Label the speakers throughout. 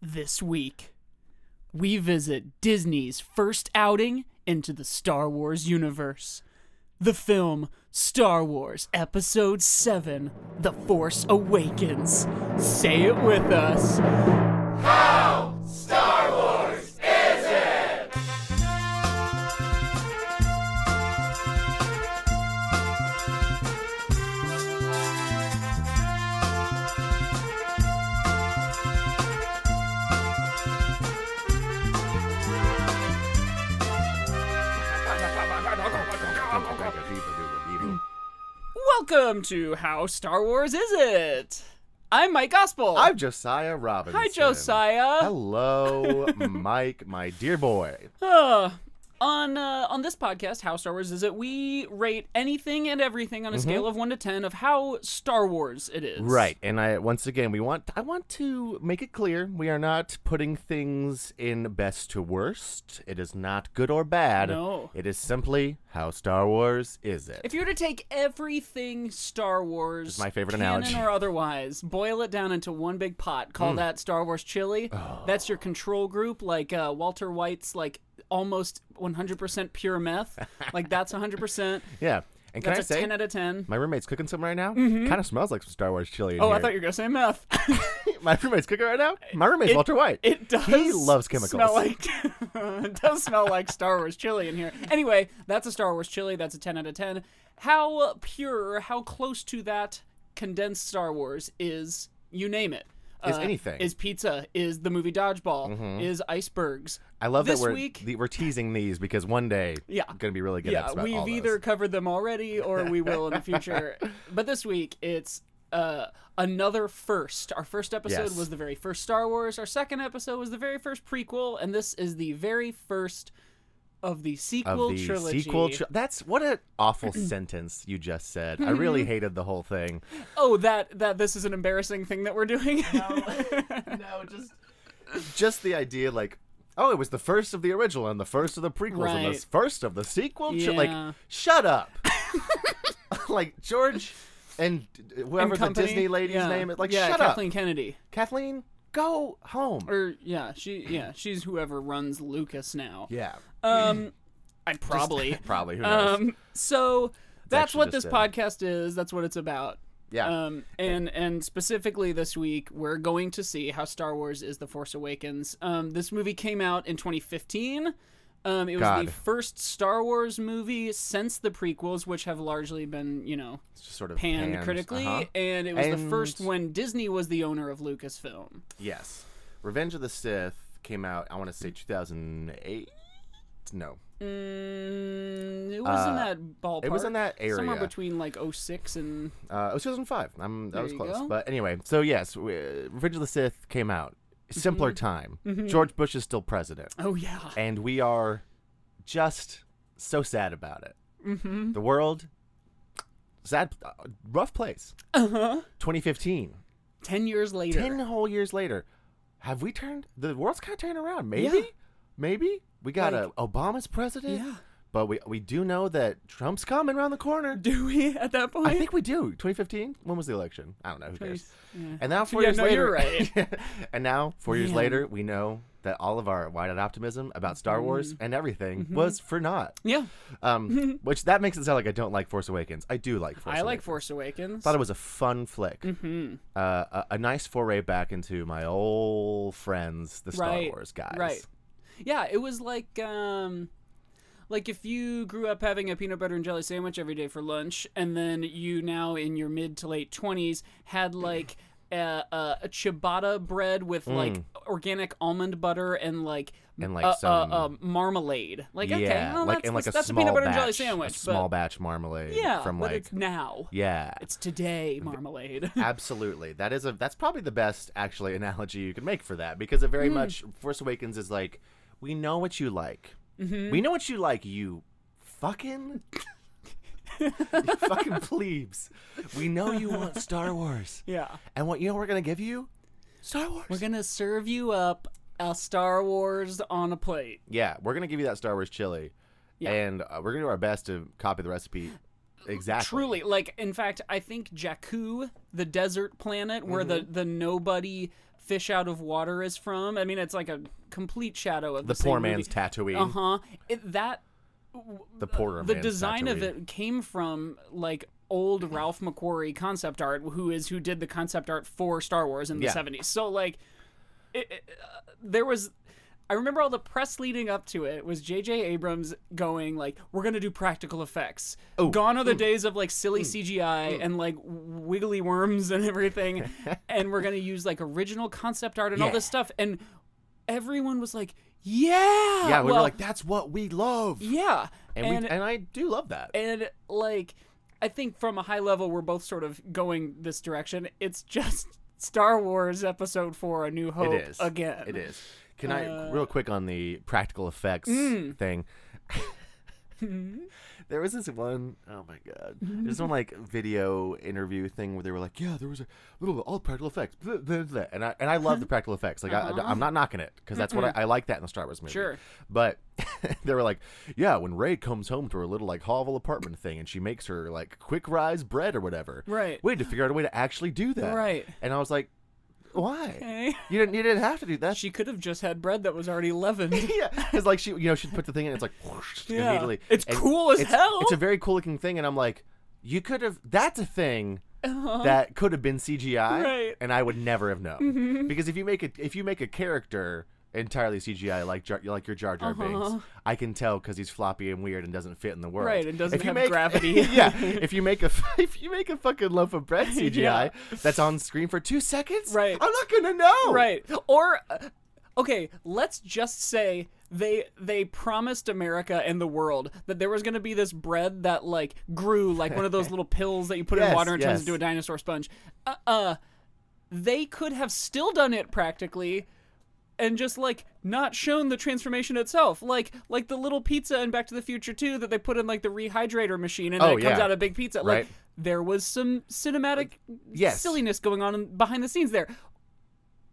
Speaker 1: This week, we visit Disney's first outing into the Star Wars universe. The film Star Wars Episode 7 The Force Awakens. Say it with us. Welcome to How Star Wars Is It? I'm Mike Gospel.
Speaker 2: I'm Josiah Robinson.
Speaker 1: Hi, Josiah.
Speaker 2: Hello, Mike, my dear boy.
Speaker 1: Uh, on uh, on this podcast, How Star Wars Is It, we rate anything and everything on a scale of one to ten of how Star Wars it is.
Speaker 2: Mm-hmm. Right, and I once again we want I want to make it clear we are not putting things in best to worst. It is not good or bad.
Speaker 1: No.
Speaker 2: It is simply how Star Wars is it.
Speaker 1: If you were to take everything Star Wars,
Speaker 2: my favorite
Speaker 1: canon
Speaker 2: analogy. Mm.
Speaker 1: or otherwise, boil it down into one big pot, call that Star Wars chili.
Speaker 2: Oh.
Speaker 1: That's your control group, like uh, Walter White's, like almost 100% pure meth. like that's 100%.
Speaker 2: yeah. And can
Speaker 1: That's
Speaker 2: I
Speaker 1: a
Speaker 2: say
Speaker 1: 10 out of 10.
Speaker 2: my roommate's cooking some right now? Kind of smells like some Star Wars chili. In
Speaker 1: Oh,
Speaker 2: here.
Speaker 1: I thought you were gonna say meth.
Speaker 2: my roommate's cooking right now. My roommate's Walter White.
Speaker 1: It does.
Speaker 2: He loves chemicals.
Speaker 1: Smell like it does smell like Star Wars chili in here. Anyway, that's a Star Wars chili. That's a ten out of ten. How pure, how close to that condensed Star Wars is? You name it. Uh,
Speaker 2: Is anything. Mm-hmm.
Speaker 1: is pizza? Is the movie Dodgeball? Is icebergs?
Speaker 2: I love
Speaker 1: This
Speaker 2: that we're
Speaker 1: week-
Speaker 2: the, we're teasing these because one day
Speaker 1: Yeah.
Speaker 2: going to be really good.
Speaker 1: yeah,
Speaker 2: eps about
Speaker 1: we've
Speaker 2: all those.
Speaker 1: either covered them already or we will in the future. but this week it's uh, another first. Our first episode
Speaker 2: Yes.
Speaker 1: was the very first Star Wars. Our second episode was the very first prequel, and this is the very first of the
Speaker 2: of
Speaker 1: sequel
Speaker 2: the
Speaker 1: trilogy.
Speaker 2: sequel. tri- That's what an awful sentence you just said. I really hated the whole thing.
Speaker 1: oh, that that this is an embarrassing thing that we're doing.
Speaker 2: no, just just the idea, like. Oh, it was the first of the original and the first of the prequels and the
Speaker 1: Right.
Speaker 2: s- first of the sequel. tri-
Speaker 1: Yeah.
Speaker 2: Like, shut up! like George and d- whoever
Speaker 1: And company,
Speaker 2: the Disney lady's
Speaker 1: yeah.
Speaker 2: name is. Like,
Speaker 1: yeah,
Speaker 2: shut
Speaker 1: Kathleen
Speaker 2: up,
Speaker 1: Kennedy,
Speaker 2: Kathleen. Go home.
Speaker 1: or yeah, she yeah she's whoever runs Lucas now.
Speaker 2: yeah,
Speaker 1: Um, I probably
Speaker 2: probably. Who knows?
Speaker 1: Um, so that's
Speaker 2: actually
Speaker 1: what this
Speaker 2: just
Speaker 1: podcast is. That's what it's about.
Speaker 2: yeah.
Speaker 1: Um, and and specifically this week, we're going to see how Star Wars is the Force Awakens. Um, this movie came out in 2015. Um, it was the
Speaker 2: God.
Speaker 1: first Star Wars movie since the prequels, which have largely been, you know,
Speaker 2: It's just sort of
Speaker 1: panned,
Speaker 2: panned,
Speaker 1: critically.
Speaker 2: uh-huh.
Speaker 1: And it was the
Speaker 2: And-
Speaker 1: first when Disney was the owner of Lucasfilm.
Speaker 2: Yes. Revenge of the Sith came out, I want to say 2008? No.
Speaker 1: Mm, it was in
Speaker 2: Uh,
Speaker 1: that ballpark.
Speaker 2: It was in that area.
Speaker 1: somewhere between like 06 and
Speaker 2: uh, it was 2005. I'm, that
Speaker 1: There
Speaker 2: was
Speaker 1: you
Speaker 2: close.
Speaker 1: go.
Speaker 2: But anyway, so yes, we, Revenge of the Sith came out. Simpler
Speaker 1: Mm-hmm.
Speaker 2: time. George Bush is still president.
Speaker 1: oh yeah,
Speaker 2: And we are just so sad about it. Mm-hmm. The world, sad, uh, rough place.
Speaker 1: uh huh.
Speaker 2: 2015.
Speaker 1: Ten years later.
Speaker 2: Ten whole years later, have we turned the world's kind of turned around? Maybe,
Speaker 1: Yeah.
Speaker 2: maybe we got
Speaker 1: Like-
Speaker 2: a Obama's president.
Speaker 1: Yeah.
Speaker 2: but we we do know that Trump's coming around the corner.
Speaker 1: Do we at that point?
Speaker 2: I think we do. 2015. When was the election? I don't know. Who cares?
Speaker 1: Yeah.
Speaker 2: And now four
Speaker 1: Yeah,
Speaker 2: years
Speaker 1: no,
Speaker 2: later,
Speaker 1: you're right.
Speaker 2: and now four years
Speaker 1: Man.
Speaker 2: later, we know that all of our wide-eyed optimism about Star
Speaker 1: Mm-hmm.
Speaker 2: Wars and everything was for naught.
Speaker 1: Yeah,
Speaker 2: Um, which that makes it sound like I don't like Force Awakens. I do like Force.
Speaker 1: I like
Speaker 2: Awakens.
Speaker 1: Force Mm-hmm. Awakens.
Speaker 2: Thought it was a fun flick. Uh, a, a nice foray back into my old friends, the Star
Speaker 1: Right,
Speaker 2: Wars guys.
Speaker 1: right. Yeah, it was like um, like if you grew up having a peanut butter and jelly sandwich every day for lunch, and then you now in your mid to late twenties had like. A, a, a ciabatta bread with like organic almond butter and like
Speaker 2: And, Mm. like,
Speaker 1: uh, uh,
Speaker 2: some-
Speaker 1: uh, marmalade. Like okay,
Speaker 2: yeah,
Speaker 1: well,
Speaker 2: like
Speaker 1: that's,
Speaker 2: and like a
Speaker 1: that's
Speaker 2: small
Speaker 1: a peanut butter
Speaker 2: batch,
Speaker 1: and jelly
Speaker 2: a
Speaker 1: sandwich. but-
Speaker 2: small batch marmalade.
Speaker 1: yeah,
Speaker 2: from
Speaker 1: but
Speaker 2: like
Speaker 1: it's now.
Speaker 2: yeah,
Speaker 1: It's today marmalade.
Speaker 2: absolutely. That is a that's probably the best actually analogy you can make for that because it
Speaker 1: Mm.
Speaker 2: very much Force Awakens is like we know what you like.
Speaker 1: Mm-hmm.
Speaker 2: We know what you like. You fucking. you fucking plebes. We know you want Star Wars.
Speaker 1: yeah.
Speaker 2: And what you know what we're gonna give you? Star Wars.
Speaker 1: We're gonna serve you up a Star Wars on a plate.
Speaker 2: yeah, we're gonna give you that Star Wars chili,
Speaker 1: Yeah.
Speaker 2: and uh, we're gonna do our best to copy the recipe exactly.
Speaker 1: Truly,
Speaker 2: Mm-hmm.
Speaker 1: like in fact, I think Jakku, the desert planet where the the nobody Fish Out of Water is from. I mean, it's like a complete shadow of
Speaker 2: The
Speaker 1: the,
Speaker 2: poor man's tattooing.
Speaker 1: Uh huh. That
Speaker 2: The poorer
Speaker 1: the
Speaker 2: man's
Speaker 1: design of
Speaker 2: tattooing.
Speaker 1: it came from like old Ralph McQuarrie concept art, who is who did the concept art for Star Wars in the
Speaker 2: Yeah.
Speaker 1: seventies. So like, it, it, uh, there was. I remember all the press leading up to it was J.J. Abrams going like, "We're gonna do practical effects.
Speaker 2: Oh,
Speaker 1: Gone are the days of like silly CGI and like wiggly worms and everything, and we're gonna use like original concept art and all
Speaker 2: Yeah.
Speaker 1: this stuff." And everyone was like, "Yeah,
Speaker 2: Yeah, we
Speaker 1: well,
Speaker 2: were like, that's what we love.
Speaker 1: yeah,"
Speaker 2: And, we, and I do love that.
Speaker 1: and like i think from a high level we're both sort of going this direction it's just star wars episode 4 a new hope
Speaker 2: it is.
Speaker 1: again
Speaker 2: It is. Can
Speaker 1: uh,
Speaker 2: I, real quick on the practical effects
Speaker 1: Mm.
Speaker 2: thing?
Speaker 1: Mhm.
Speaker 2: there was this one, oh my God. There's one like video interview thing where they were like, yeah, there was a little, all practical effects. blah, blah, blah." And I, and I
Speaker 1: Uh-huh.
Speaker 2: love the practical effects. Like, I, am not knocking it because that's what I, I like that in the Star Wars movie.
Speaker 1: Sure.
Speaker 2: But they were like, yeah, when Ray comes home to her little like hovel apartment thing and she makes her like quick rise bread or whatever.
Speaker 1: Right.
Speaker 2: We had to figure out a way to actually do that.
Speaker 1: Right.
Speaker 2: And I was like, why?
Speaker 1: Okay.
Speaker 2: You didn't. You didn't have to do that.
Speaker 1: she could have just had bread that was already leavened
Speaker 2: yeah, because like she, you know, she'd put the thing in. It's like whoosh,
Speaker 1: Yeah.
Speaker 2: immediately.
Speaker 1: It's cool as
Speaker 2: it's-
Speaker 1: hell.
Speaker 2: It's a very cool looking thing, and I'm like, you could have. That's a thing that could have been CGI,
Speaker 1: Uh-huh. Right. Mm-hmm.
Speaker 2: and I would never have known. Because if you make it, if you make a character entirely CGI, like Jar, like your Jar Jar Binks, I can tell because he's floppy and weird and doesn't fit in the world.
Speaker 1: Uh-huh. Right, and doesn't
Speaker 2: If you
Speaker 1: have
Speaker 2: make-
Speaker 1: gravity.
Speaker 2: yeah, if you make a f- if you make a fucking loaf of bread CGI that's on screen for two seconds,
Speaker 1: Right.
Speaker 2: I'm not gonna know.
Speaker 1: right or uh, okay let's just say they they promised america and the world that there was going to be this bread that like grew like one of those little pills that you put in
Speaker 2: Yes,
Speaker 1: water and turns
Speaker 2: yes.
Speaker 1: into a dinosaur sponge uh, uh they could have still done it practically and just like not shown the transformation itself like like the little pizza in back to the future too that they put in like the rehydrator machine and
Speaker 2: Oh,
Speaker 1: then it comes
Speaker 2: yeah.
Speaker 1: out a big pizza
Speaker 2: Right.
Speaker 1: like there was some cinematic
Speaker 2: yes.
Speaker 1: silliness going on in- behind the scenes there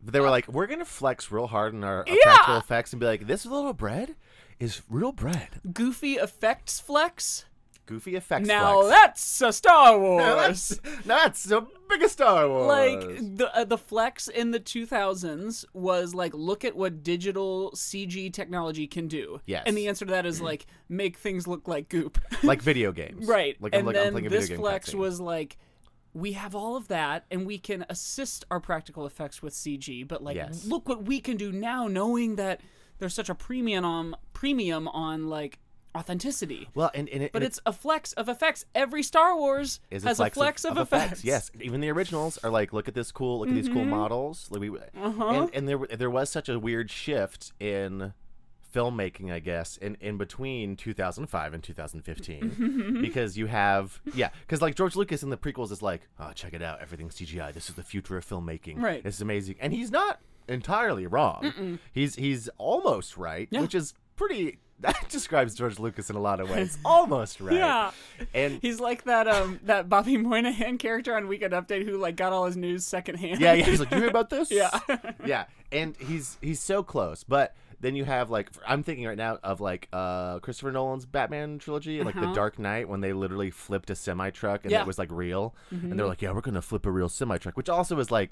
Speaker 2: But they were like, we're gonna flex real hard in our, our
Speaker 1: Yeah.
Speaker 2: practical effects and be like, this little bread is real bread.
Speaker 1: goofy effects flex
Speaker 2: Goofy effects.
Speaker 1: Now
Speaker 2: flex.
Speaker 1: that's a Star
Speaker 2: Now
Speaker 1: Wars.
Speaker 2: that's now that's the biggest Star Wars.
Speaker 1: Like the uh, the flex in the 2000s was like look at what digital CG technology can do.
Speaker 2: Yes.
Speaker 1: And the answer to that is like make things look like goop.
Speaker 2: like video games.
Speaker 1: right.
Speaker 2: Like I'm,
Speaker 1: and
Speaker 2: like, I'm
Speaker 1: then
Speaker 2: playing a
Speaker 1: this
Speaker 2: video game.
Speaker 1: flex
Speaker 2: cutscene.
Speaker 1: was like we have all of that and we can assist our practical effects with CG, but like
Speaker 2: Yes.
Speaker 1: look what we can do now knowing that there's such a premium on premium on like authenticity.
Speaker 2: well, and, and it,
Speaker 1: But
Speaker 2: and it
Speaker 1: it's a flex of effects. Every Star Wars
Speaker 2: is
Speaker 1: has a flex of, effects. Mm-hmm.
Speaker 2: Yes, even the originals are like, look at this cool, look at these cool models. Like we,
Speaker 1: Uh-huh.
Speaker 2: and, and there were- there was such a weird shift in filmmaking, I guess, in, in between 2005 and 2015, because you have yeah, because like George Lucas in the prequels is like, oh, check it out, everything's CGI. This is the future of filmmaking.
Speaker 1: Right.
Speaker 2: this is amazing, and he's not entirely wrong. He's he's almost right, which is pretty. That describes George Lucas in a lot of ways. Almost right.
Speaker 1: Yeah.
Speaker 2: And
Speaker 1: He's like that um that Bobby Moynihan character on Weekend Update who like got all his news secondhand.
Speaker 2: Yeah, yeah. He's like, you hear about this?
Speaker 1: Yeah.
Speaker 2: yeah. And he's he's so close, but then you have like I'm thinking right now of like uh Christopher Nolan's Batman trilogy, like The Dark Knight, when they literally flipped a semi truck and
Speaker 1: Uh-huh. Yeah. Mm-hmm.
Speaker 2: it was like real, and they're like, yeah, we're gonna flip a real semi truck, which also is like,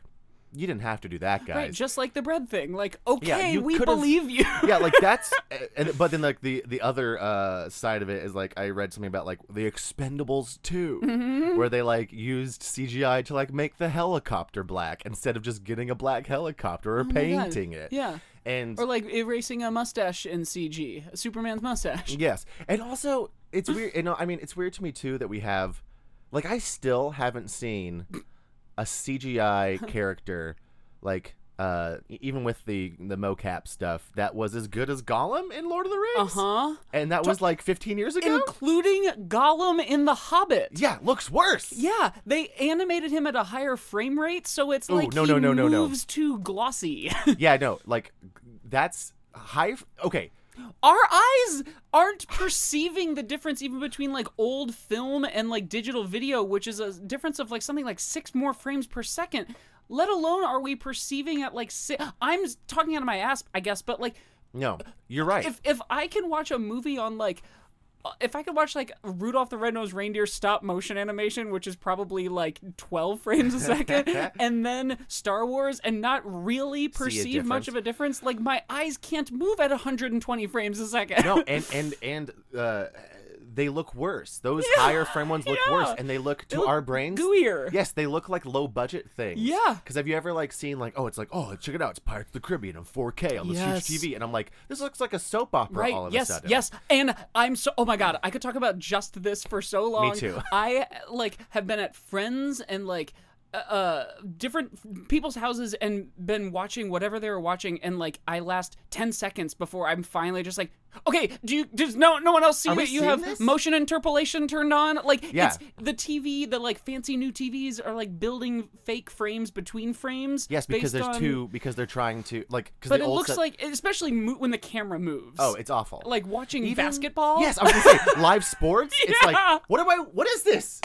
Speaker 2: you didn't have to do that, guys.
Speaker 1: Right, just like the bread thing. Like, okay,
Speaker 2: you
Speaker 1: we
Speaker 2: could've-
Speaker 1: believe you.
Speaker 2: yeah, like that's, and but then like the the other uh, side of it is like I read something about like the Expendables 2
Speaker 1: Mm-hmm.
Speaker 2: where they like used CGI to like make the helicopter black instead of just getting a black helicopter or
Speaker 1: Oh God.
Speaker 2: painting it.
Speaker 1: Yeah.
Speaker 2: and
Speaker 1: Or like erasing a mustache in CG, Superman's mustache.
Speaker 2: yes, and also it's weird. You know, I mean, it's weird to me too that we have, like, I still haven't seen a CGI character like. Uh, e- even with the the mocap stuff, that was as good as Gollum in Lord of the
Speaker 1: Uh
Speaker 2: Rings.
Speaker 1: huh.
Speaker 2: And that was like 15 years ago?
Speaker 1: Including Gollum in The Hobbit.
Speaker 2: yeah, looks worse.
Speaker 1: Yeah, they animated him at a higher frame rate, so it's like
Speaker 2: no,
Speaker 1: he
Speaker 2: no, no, no, no.
Speaker 1: moves too glossy.
Speaker 2: Yeah, no, like that's high. F- okay.
Speaker 1: our eyes aren't perceiving the difference even between like old film and like digital video which is a difference of like something like six more frames per second let alone are we perceiving at like si- i'm s- talking out of my ass i guess but like
Speaker 2: No, you're right.
Speaker 1: if if i can watch a movie on like uh, if I could watch like Rudolph the Red-Nosed Reindeer stop motion animation, which is probably like 12 frames a second, and then Star Wars and not really perceive much
Speaker 2: difference.
Speaker 1: of a difference, like my eyes can't move at 120 frames a second.
Speaker 2: No, and and and uh, they look worse. Those higher frame ones look
Speaker 1: Yeah.
Speaker 2: worse, and they look to
Speaker 1: look
Speaker 2: our brains
Speaker 1: gooier.
Speaker 2: Yes, they look like low budget things.
Speaker 1: Yeah.
Speaker 2: Because have you ever like seen like oh it's like oh check it out it's Pirates of the Caribbean on 4K on this
Speaker 1: Yes.
Speaker 2: huge TV and I'm like this looks like a soap opera
Speaker 1: Right.
Speaker 2: all of
Speaker 1: yes.
Speaker 2: a sudden.
Speaker 1: Yes. And I'm so. Oh my god. I could talk about just this for so long.
Speaker 2: too.
Speaker 1: I like have been at friends and like uh different people's houses and been watching whatever they were watching and like I last 10 seconds before I'm finally just like okay do you does no no one else see
Speaker 2: Are we
Speaker 1: that you
Speaker 2: seeing
Speaker 1: have
Speaker 2: this?
Speaker 1: motion interpolation turned on like
Speaker 2: Yeah.
Speaker 1: it's the TV the like fancy new TVs are like building fake frames between frames
Speaker 2: Yes,
Speaker 1: based
Speaker 2: because there's
Speaker 1: on-
Speaker 2: two because they're trying to like because
Speaker 1: but
Speaker 2: the
Speaker 1: it
Speaker 2: old
Speaker 1: looks
Speaker 2: set-
Speaker 1: like especially mo- when the camera moves
Speaker 2: oh it's awful
Speaker 1: like watching
Speaker 2: Even-
Speaker 1: basketball.
Speaker 2: Yes, I was gonna say live sports. It's
Speaker 1: Yeah.
Speaker 2: like what am I? What is this?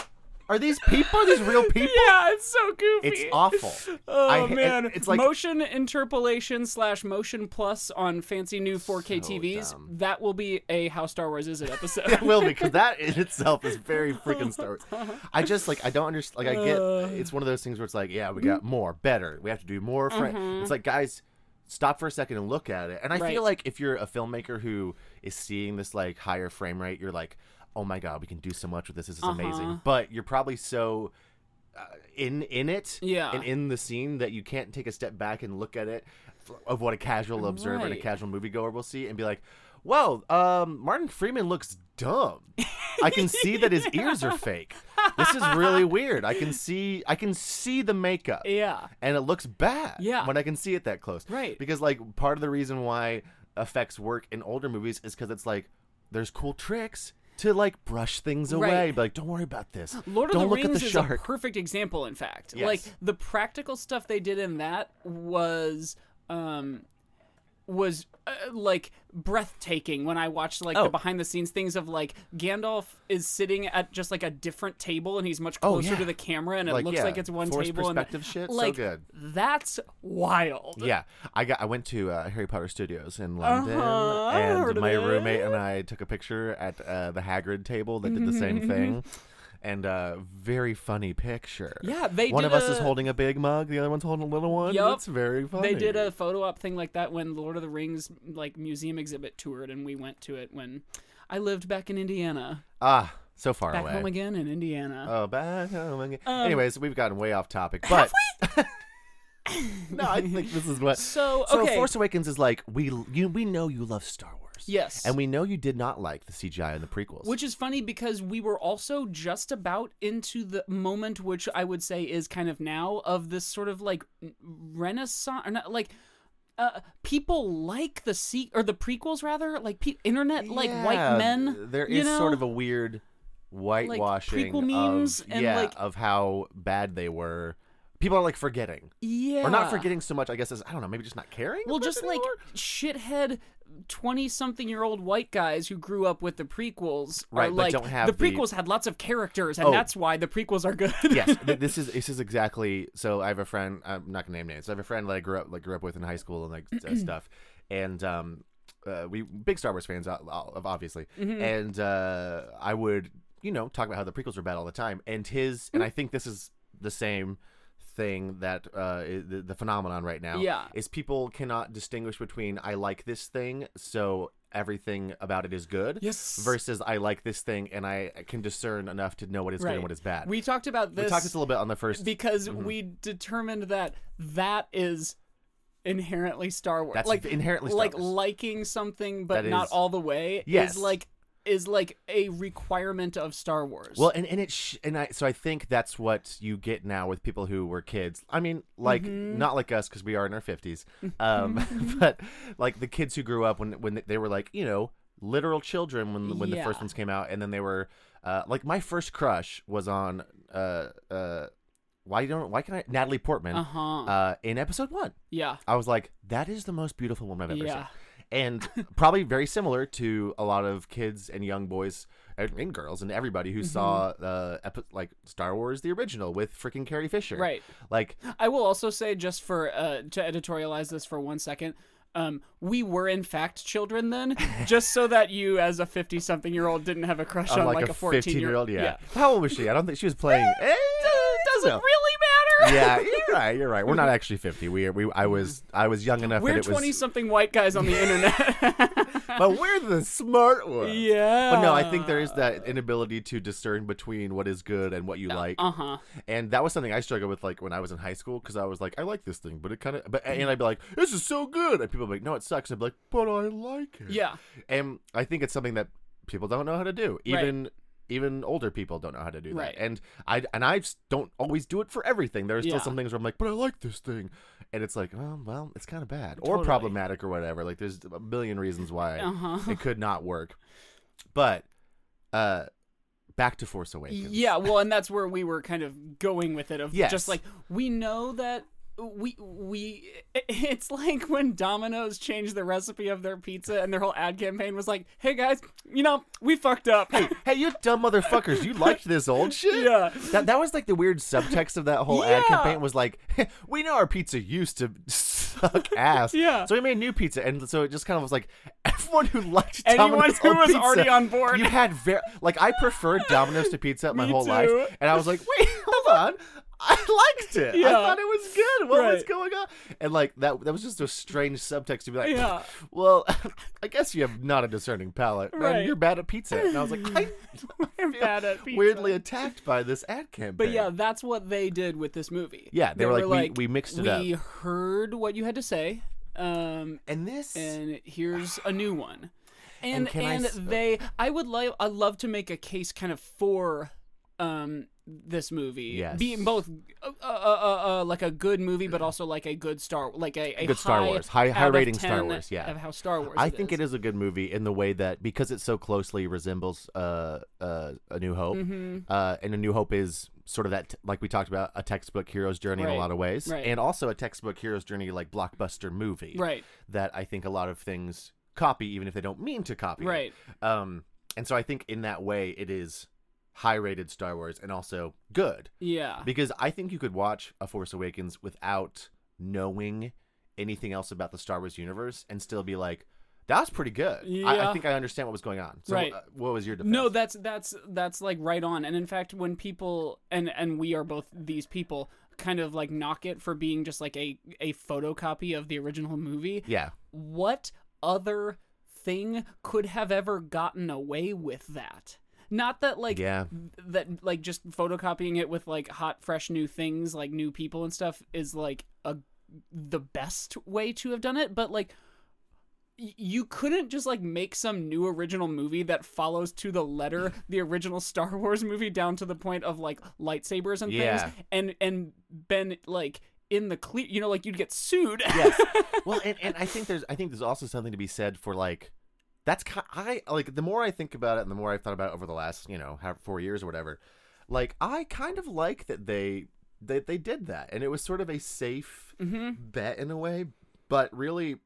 Speaker 2: Are these people? Are these real people?
Speaker 1: Yeah, it's so goofy.
Speaker 2: It's awful.
Speaker 1: Oh
Speaker 2: I- it-
Speaker 1: man,
Speaker 2: it's like
Speaker 1: motion interpolation slash motion plus on fancy new 4K
Speaker 2: So
Speaker 1: TVs.
Speaker 2: dumb.
Speaker 1: That will be a How Star Wars Is It episode.
Speaker 2: it will because that in itself is very freaking Star Wars. I just like I don't understand. Like I get
Speaker 1: Uh.
Speaker 2: it's one of those things where it's like, yeah, we got more, better. We have to do more. Fra- It's like guys, stop for a second and look at it. And I
Speaker 1: Mm-hmm. Right.
Speaker 2: feel like if you're a filmmaker who is seeing this like higher frame rate, you're like, oh my god, we can do so much with this. This is
Speaker 1: Uh-huh.
Speaker 2: amazing. But you're probably so uh, in in it
Speaker 1: Yeah.
Speaker 2: and in the scene that you can't take a step back and look at it f- of what a casual observer and a
Speaker 1: Right.
Speaker 2: casual moviegoer will see and be like wow um, martin freeman looks dumb i can see that his ears are fake this is really weird i can see i can see the makeup
Speaker 1: yeah.
Speaker 2: and it looks bad
Speaker 1: Yeah.
Speaker 2: when i can see it that close
Speaker 1: Right.
Speaker 2: because like part of the reason why effects work in older movies is because it's like there's cool tricks to like brush things away
Speaker 1: Right.
Speaker 2: be like don't worry about this
Speaker 1: Lord
Speaker 2: don't
Speaker 1: of the
Speaker 2: look
Speaker 1: Rings
Speaker 2: at the
Speaker 1: is
Speaker 2: shark
Speaker 1: a perfect example. In fact,
Speaker 2: Yes.
Speaker 1: like the practical stuff they did in that was, um, was uh, like breathtaking when I watched like the
Speaker 2: Oh.
Speaker 1: behind the scenes things of like Gandalf is sitting at just like a different table and he's much
Speaker 2: Oh,
Speaker 1: closer
Speaker 2: yeah.
Speaker 1: to the camera and it
Speaker 2: Like,
Speaker 1: looks
Speaker 2: yeah,
Speaker 1: like it's one
Speaker 2: forced
Speaker 1: table.
Speaker 2: perspective
Speaker 1: and,
Speaker 2: shit, so
Speaker 1: Like
Speaker 2: good.
Speaker 1: that's wild.
Speaker 2: Yeah, I got. I went to uh, Harry Potter Studios in London,
Speaker 1: Uh-huh, I heard
Speaker 2: and
Speaker 1: of
Speaker 2: my
Speaker 1: it.
Speaker 2: roommate and I took a picture at uh, the Hagrid table that did the
Speaker 1: Mm-hmm,
Speaker 2: same thing, and uh, very funny picture.
Speaker 1: Yeah, they
Speaker 2: one
Speaker 1: did
Speaker 2: of us is
Speaker 1: a-
Speaker 2: holding a big mug, the other one's holding a little one.
Speaker 1: Yup.
Speaker 2: it's very funny.
Speaker 1: They did a photo op thing like that when Lord of the Rings like museum exhibit toured and we went to it when I lived back in Indiana.
Speaker 2: ah so far
Speaker 1: Back
Speaker 2: away.
Speaker 1: home Um, again in Indiana.
Speaker 2: Oh, back home again. Anyways, we've gotten way off topic, but no, I think this is what.
Speaker 1: So,
Speaker 2: So,
Speaker 1: okay.
Speaker 2: Force Awakens is like we you we know you love Star Wars.
Speaker 1: Yes.
Speaker 2: and we know you did not like the CGI in the prequels.
Speaker 1: Which is funny because we were also just about into the moment, which I would say is kind of now, of this sort of like renaissance, or not, like uh, people like the se- or the prequels rather, like pe- internet like white
Speaker 2: Yeah,
Speaker 1: men.
Speaker 2: There is
Speaker 1: you know?
Speaker 2: sort of a weird whitewashing
Speaker 1: prequel memes
Speaker 2: of,
Speaker 1: and,
Speaker 2: yeah,
Speaker 1: like-
Speaker 2: of how bad they were. People are like forgetting,
Speaker 1: yeah,
Speaker 2: or not forgetting so much. I guess as I don't know, maybe just not caring.
Speaker 1: Well,
Speaker 2: about
Speaker 1: just
Speaker 2: it
Speaker 1: like
Speaker 2: anymore?
Speaker 1: shithead twenty-something-year-old white guys who grew up with the prequels, are
Speaker 2: Right, but
Speaker 1: Like
Speaker 2: don't have
Speaker 1: the
Speaker 2: the-
Speaker 1: prequels had lots of characters, and
Speaker 2: Oh.
Speaker 1: that's why the prequels are good.
Speaker 2: yes, th- this is this is exactly. So I have a friend. I'm not gonna name names. I have a friend that I grew up like grew up with in high school and like uh, stuff, and um, uh, we big Star Wars fans, uh, ob- obviously.
Speaker 1: Mm-hmm.
Speaker 2: And uh, I would you know talk about how the prequels were bad all the time, and his
Speaker 1: Mm-hmm.
Speaker 2: and I think this is the same thing that uh i- the, the phenomenon right now
Speaker 1: Yeah.
Speaker 2: is people cannot distinguish between i like this thing so everything about it is good
Speaker 1: Yes.
Speaker 2: versus i like this thing and i can discern enough to know what is good
Speaker 1: Right.
Speaker 2: and what is bad
Speaker 1: We talked about this.
Speaker 2: we talked this a little bit on the first.
Speaker 1: because
Speaker 2: Mm-hmm.
Speaker 1: we determined that that is inherently Star Wars.
Speaker 2: That's
Speaker 1: like
Speaker 2: inherently Star
Speaker 1: like
Speaker 2: Wars.
Speaker 1: liking something but
Speaker 2: That
Speaker 1: not
Speaker 2: is-
Speaker 1: all the way
Speaker 2: Yes.
Speaker 1: is like is like a requirement of Star Wars.
Speaker 2: well, and and it sh- and I so I think that's what you get now with people who were kids. I mean, like
Speaker 1: Mm-hmm.
Speaker 2: not like us because we are in our fifties, um, but like the kids who grew up when when they were like you know literal children when when the
Speaker 1: Yeah.
Speaker 2: first ones came out, and then they were uh, like my first crush was on uh uh why don't why can I Natalie Portman
Speaker 1: Uh-huh.
Speaker 2: uh in episode one.
Speaker 1: yeah.
Speaker 2: I was like, that is the most beautiful woman I've ever
Speaker 1: Yeah.
Speaker 2: seen. And probably very similar to a lot of kids and young boys and, and girls and everybody who saw
Speaker 1: Mm-hmm.
Speaker 2: uh, epi- like Star Wars the original with freaking Carrie Fisher.
Speaker 1: Right.
Speaker 2: Like
Speaker 1: I will also say just for uh to editorialize this for one second, um, we were in fact children then, just so that you, as a fifty-something-year-old, didn't have a crush
Speaker 2: I'm
Speaker 1: on
Speaker 2: like, a
Speaker 1: 14
Speaker 2: 14-year-old. Yeah. How old was she? I don't think she was playing. Eh,
Speaker 1: Doesn't
Speaker 2: no.
Speaker 1: really matter. Mm-hmm.
Speaker 2: yeah, you're right. You're right. We're not actually 50. We are. We. I was. I was young enough
Speaker 1: We're
Speaker 2: that it was.
Speaker 1: twenty-something white guys on the internet.
Speaker 2: But we're the smart ones.
Speaker 1: yeah.
Speaker 2: But no, I think there is that inability to discern between what is good and what you like,
Speaker 1: Uh huh.
Speaker 2: and that was something I struggled with, like when I was in high school, because I was like, I like this thing, but it kind of, but and I'd be like, this is so good, and people would be like, no, it sucks. I'd be like, but I like it.
Speaker 1: Yeah.
Speaker 2: and I think it's something that people don't know how to do. Even even older people don't know how to do that.
Speaker 1: Right.
Speaker 2: And I and I just don't always do it for everything. There are still
Speaker 1: Yeah.
Speaker 2: some things where I'm like, but I like this thing, and it's like, oh well, it's kind of bad or
Speaker 1: Totally.
Speaker 2: problematic or whatever. Like there's a million reasons why
Speaker 1: Uh huh.
Speaker 2: it could not work. But uh, back to Force Awakens.
Speaker 1: Yeah, well, and that's where we were kind of going with it. Of
Speaker 2: Yes.
Speaker 1: just like we know that we we it's like when Domino's changed the recipe of their pizza, and their whole ad campaign was like, "Hey guys, you know we fucked up."
Speaker 2: Hey, you dumb motherfuckers! You liked this old shit.
Speaker 1: yeah.
Speaker 2: That, that was like the weird subtext of that whole ad
Speaker 1: Yeah.
Speaker 2: campaign was like, we know our pizza used to suck ass.
Speaker 1: Yeah.
Speaker 2: So we made new pizza, and so it just kind of was like everyone who liked
Speaker 1: Anyone
Speaker 2: Domino's
Speaker 1: who
Speaker 2: old
Speaker 1: was
Speaker 2: pizza,
Speaker 1: already on board.
Speaker 2: You had very like I preferred Domino's to pizza my
Speaker 1: Me
Speaker 2: whole life,
Speaker 1: too.
Speaker 2: and I was like, wait, hold on. I liked it. I
Speaker 1: Yeah.
Speaker 2: thought it was good. What was
Speaker 1: Right.
Speaker 2: going on? And like that that was just a strange subtext to be like,
Speaker 1: Yeah.
Speaker 2: well, I guess you have not a discerning palate. and
Speaker 1: Right.
Speaker 2: you're bad at pizza. And I was like, I
Speaker 1: We're bad at pizza.
Speaker 2: weirdly attacked by this ad campaign.
Speaker 1: But yeah, that's what they did with this movie.
Speaker 2: Yeah, they were like, "We- we mixed it
Speaker 1: We heard what you had to say, um,
Speaker 2: And this
Speaker 1: and here's a new one. And
Speaker 2: And can I
Speaker 1: and,
Speaker 2: s-
Speaker 1: they, I would like, I love to make a case kind of for, um, this movie
Speaker 2: Yes.
Speaker 1: being both uh, uh, uh, uh, like a good movie, but also like a good Star, like a, a
Speaker 2: Good Star
Speaker 1: high
Speaker 2: Wars. High- high
Speaker 1: out of
Speaker 2: rating Star
Speaker 1: 10
Speaker 2: Wars, yeah.
Speaker 1: of how Star Wars.
Speaker 2: I think it is a good movie in the way that because it so closely resembles uh, uh, A New Hope,
Speaker 1: Mm. Mm-hmm.
Speaker 2: uh, and A New Hope is sort of that, t- like we talked about, a textbook hero's journey in a
Speaker 1: Right,
Speaker 2: lot of ways,
Speaker 1: right.
Speaker 2: and also a textbook hero's journey like blockbuster movie
Speaker 1: right,
Speaker 2: that I think a lot of things copy, even if they don't mean to copy. it.
Speaker 1: right,
Speaker 2: Um, and so I think in that way it is high rated Star Wars and also good.
Speaker 1: yeah,
Speaker 2: because I think you could watch A Force Awakens without knowing anything else about the Star Wars universe and still be like, that was pretty good. I, I
Speaker 1: Yeah.
Speaker 2: think I understand what was going on. So,
Speaker 1: Right.
Speaker 2: uh, what was your defense?
Speaker 1: No, that's that's that's like right on. And in fact, when people and and we are both these people kind of like knock it for being just like a a photocopy of the original movie,
Speaker 2: yeah,
Speaker 1: what other thing could have ever gotten away with that? Not that like
Speaker 2: yeah,
Speaker 1: that like just photocopying it with like hot fresh new things like new people and stuff is like a the best way to have done it but like y- you couldn't just like make some new original movie that follows to the letter the original Star Wars movie down to the point of like lightsabers and
Speaker 2: Yeah.
Speaker 1: things and and been like in the clear you know like you'd get sued
Speaker 2: yes. well, and, and I think there's I think there's also something to be said for like that's ki I like the more I think about it and the more I've thought about it over the last you know how- four years or whatever, like I kind of like that they that they did that and it was sort of a safe
Speaker 1: mm-hmm.
Speaker 2: bet in a way, but really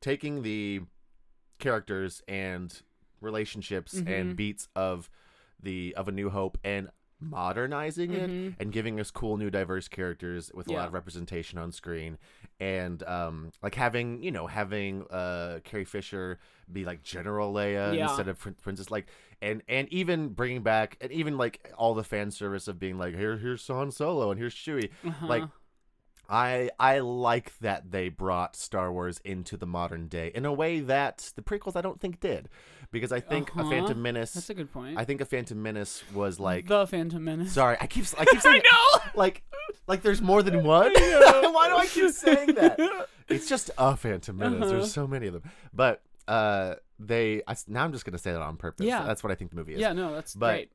Speaker 2: taking the characters and relationships and
Speaker 1: Mhm.
Speaker 2: beats of the of a new hope and modernizing it
Speaker 1: Mhm.
Speaker 2: and giving us cool new diverse characters with a lot
Speaker 1: Yeah.
Speaker 2: of representation on screen and um like having you know having uh carrie fisher be like general leia
Speaker 1: Yeah.
Speaker 2: instead of Prin- princess like and and even bringing back and even like all the fan service of being like here here's han solo and here's chewie like
Speaker 1: Uh-huh.
Speaker 2: I I like that they brought Star Wars into the modern day in a way that the prequels I don't think did, because I think a
Speaker 1: Uh-huh.
Speaker 2: Phantom Menace.
Speaker 1: that's a good point
Speaker 2: I think a Phantom Menace was like.
Speaker 1: the Phantom Menace
Speaker 2: Sorry, I keep I keep saying
Speaker 1: know
Speaker 2: like like there's more than one. Why do I keep saying that? It's just a Phantom Menace.
Speaker 1: Uh-huh.
Speaker 2: There's so many of them, but uh, they I s now I'm just gonna say that on purpose.
Speaker 1: Yeah.
Speaker 2: that's what I think the movie is.
Speaker 1: yeah no that's
Speaker 2: But-
Speaker 1: right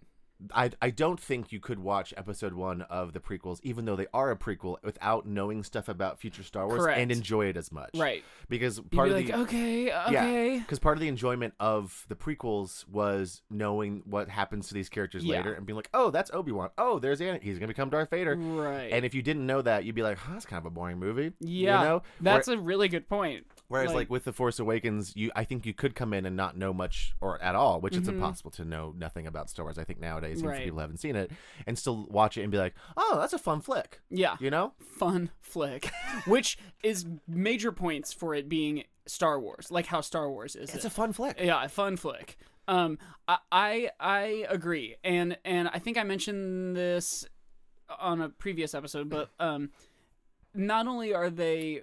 Speaker 2: I, I don't think you could watch episode one of the prequels, even though they are a prequel, without knowing stuff about future Star Wars
Speaker 1: Correct.
Speaker 2: and enjoy it as much.
Speaker 1: right
Speaker 2: Because
Speaker 1: You'd
Speaker 2: part
Speaker 1: be
Speaker 2: of
Speaker 1: like
Speaker 2: the
Speaker 1: okay
Speaker 2: yeah,
Speaker 1: okay
Speaker 2: because part of the enjoyment of the prequels was knowing what happens to these characters
Speaker 1: Yeah.
Speaker 2: later and being like, oh, that's Obi Wan. Oh, there's Anakin. He's gonna become Darth Vader.
Speaker 1: Right.
Speaker 2: And if you didn't know that, you'd be like, huh, that's kind of a boring movie.
Speaker 1: yeah,
Speaker 2: You know?
Speaker 1: that's a really good point.
Speaker 2: Whereas, like,
Speaker 1: Like-
Speaker 2: with the Force Awakens, you I think you could come in and not know much or at all, which it's impossible to know nothing about Star Wars. I think nowadays, even for
Speaker 1: Mm-hmm. Right.
Speaker 2: people who haven't seen it, and still watch it and be like, "Oh, that's a fun flick,"
Speaker 1: Yeah.
Speaker 2: you know?
Speaker 1: Fun flick. Which is major points for it being Star Wars, like how Star Wars is.
Speaker 2: It's
Speaker 1: it.
Speaker 2: a fun flick.
Speaker 1: yeah, a fun flick. Um, I, I I agree, and and I think I mentioned this on a previous episode, but um, not only are they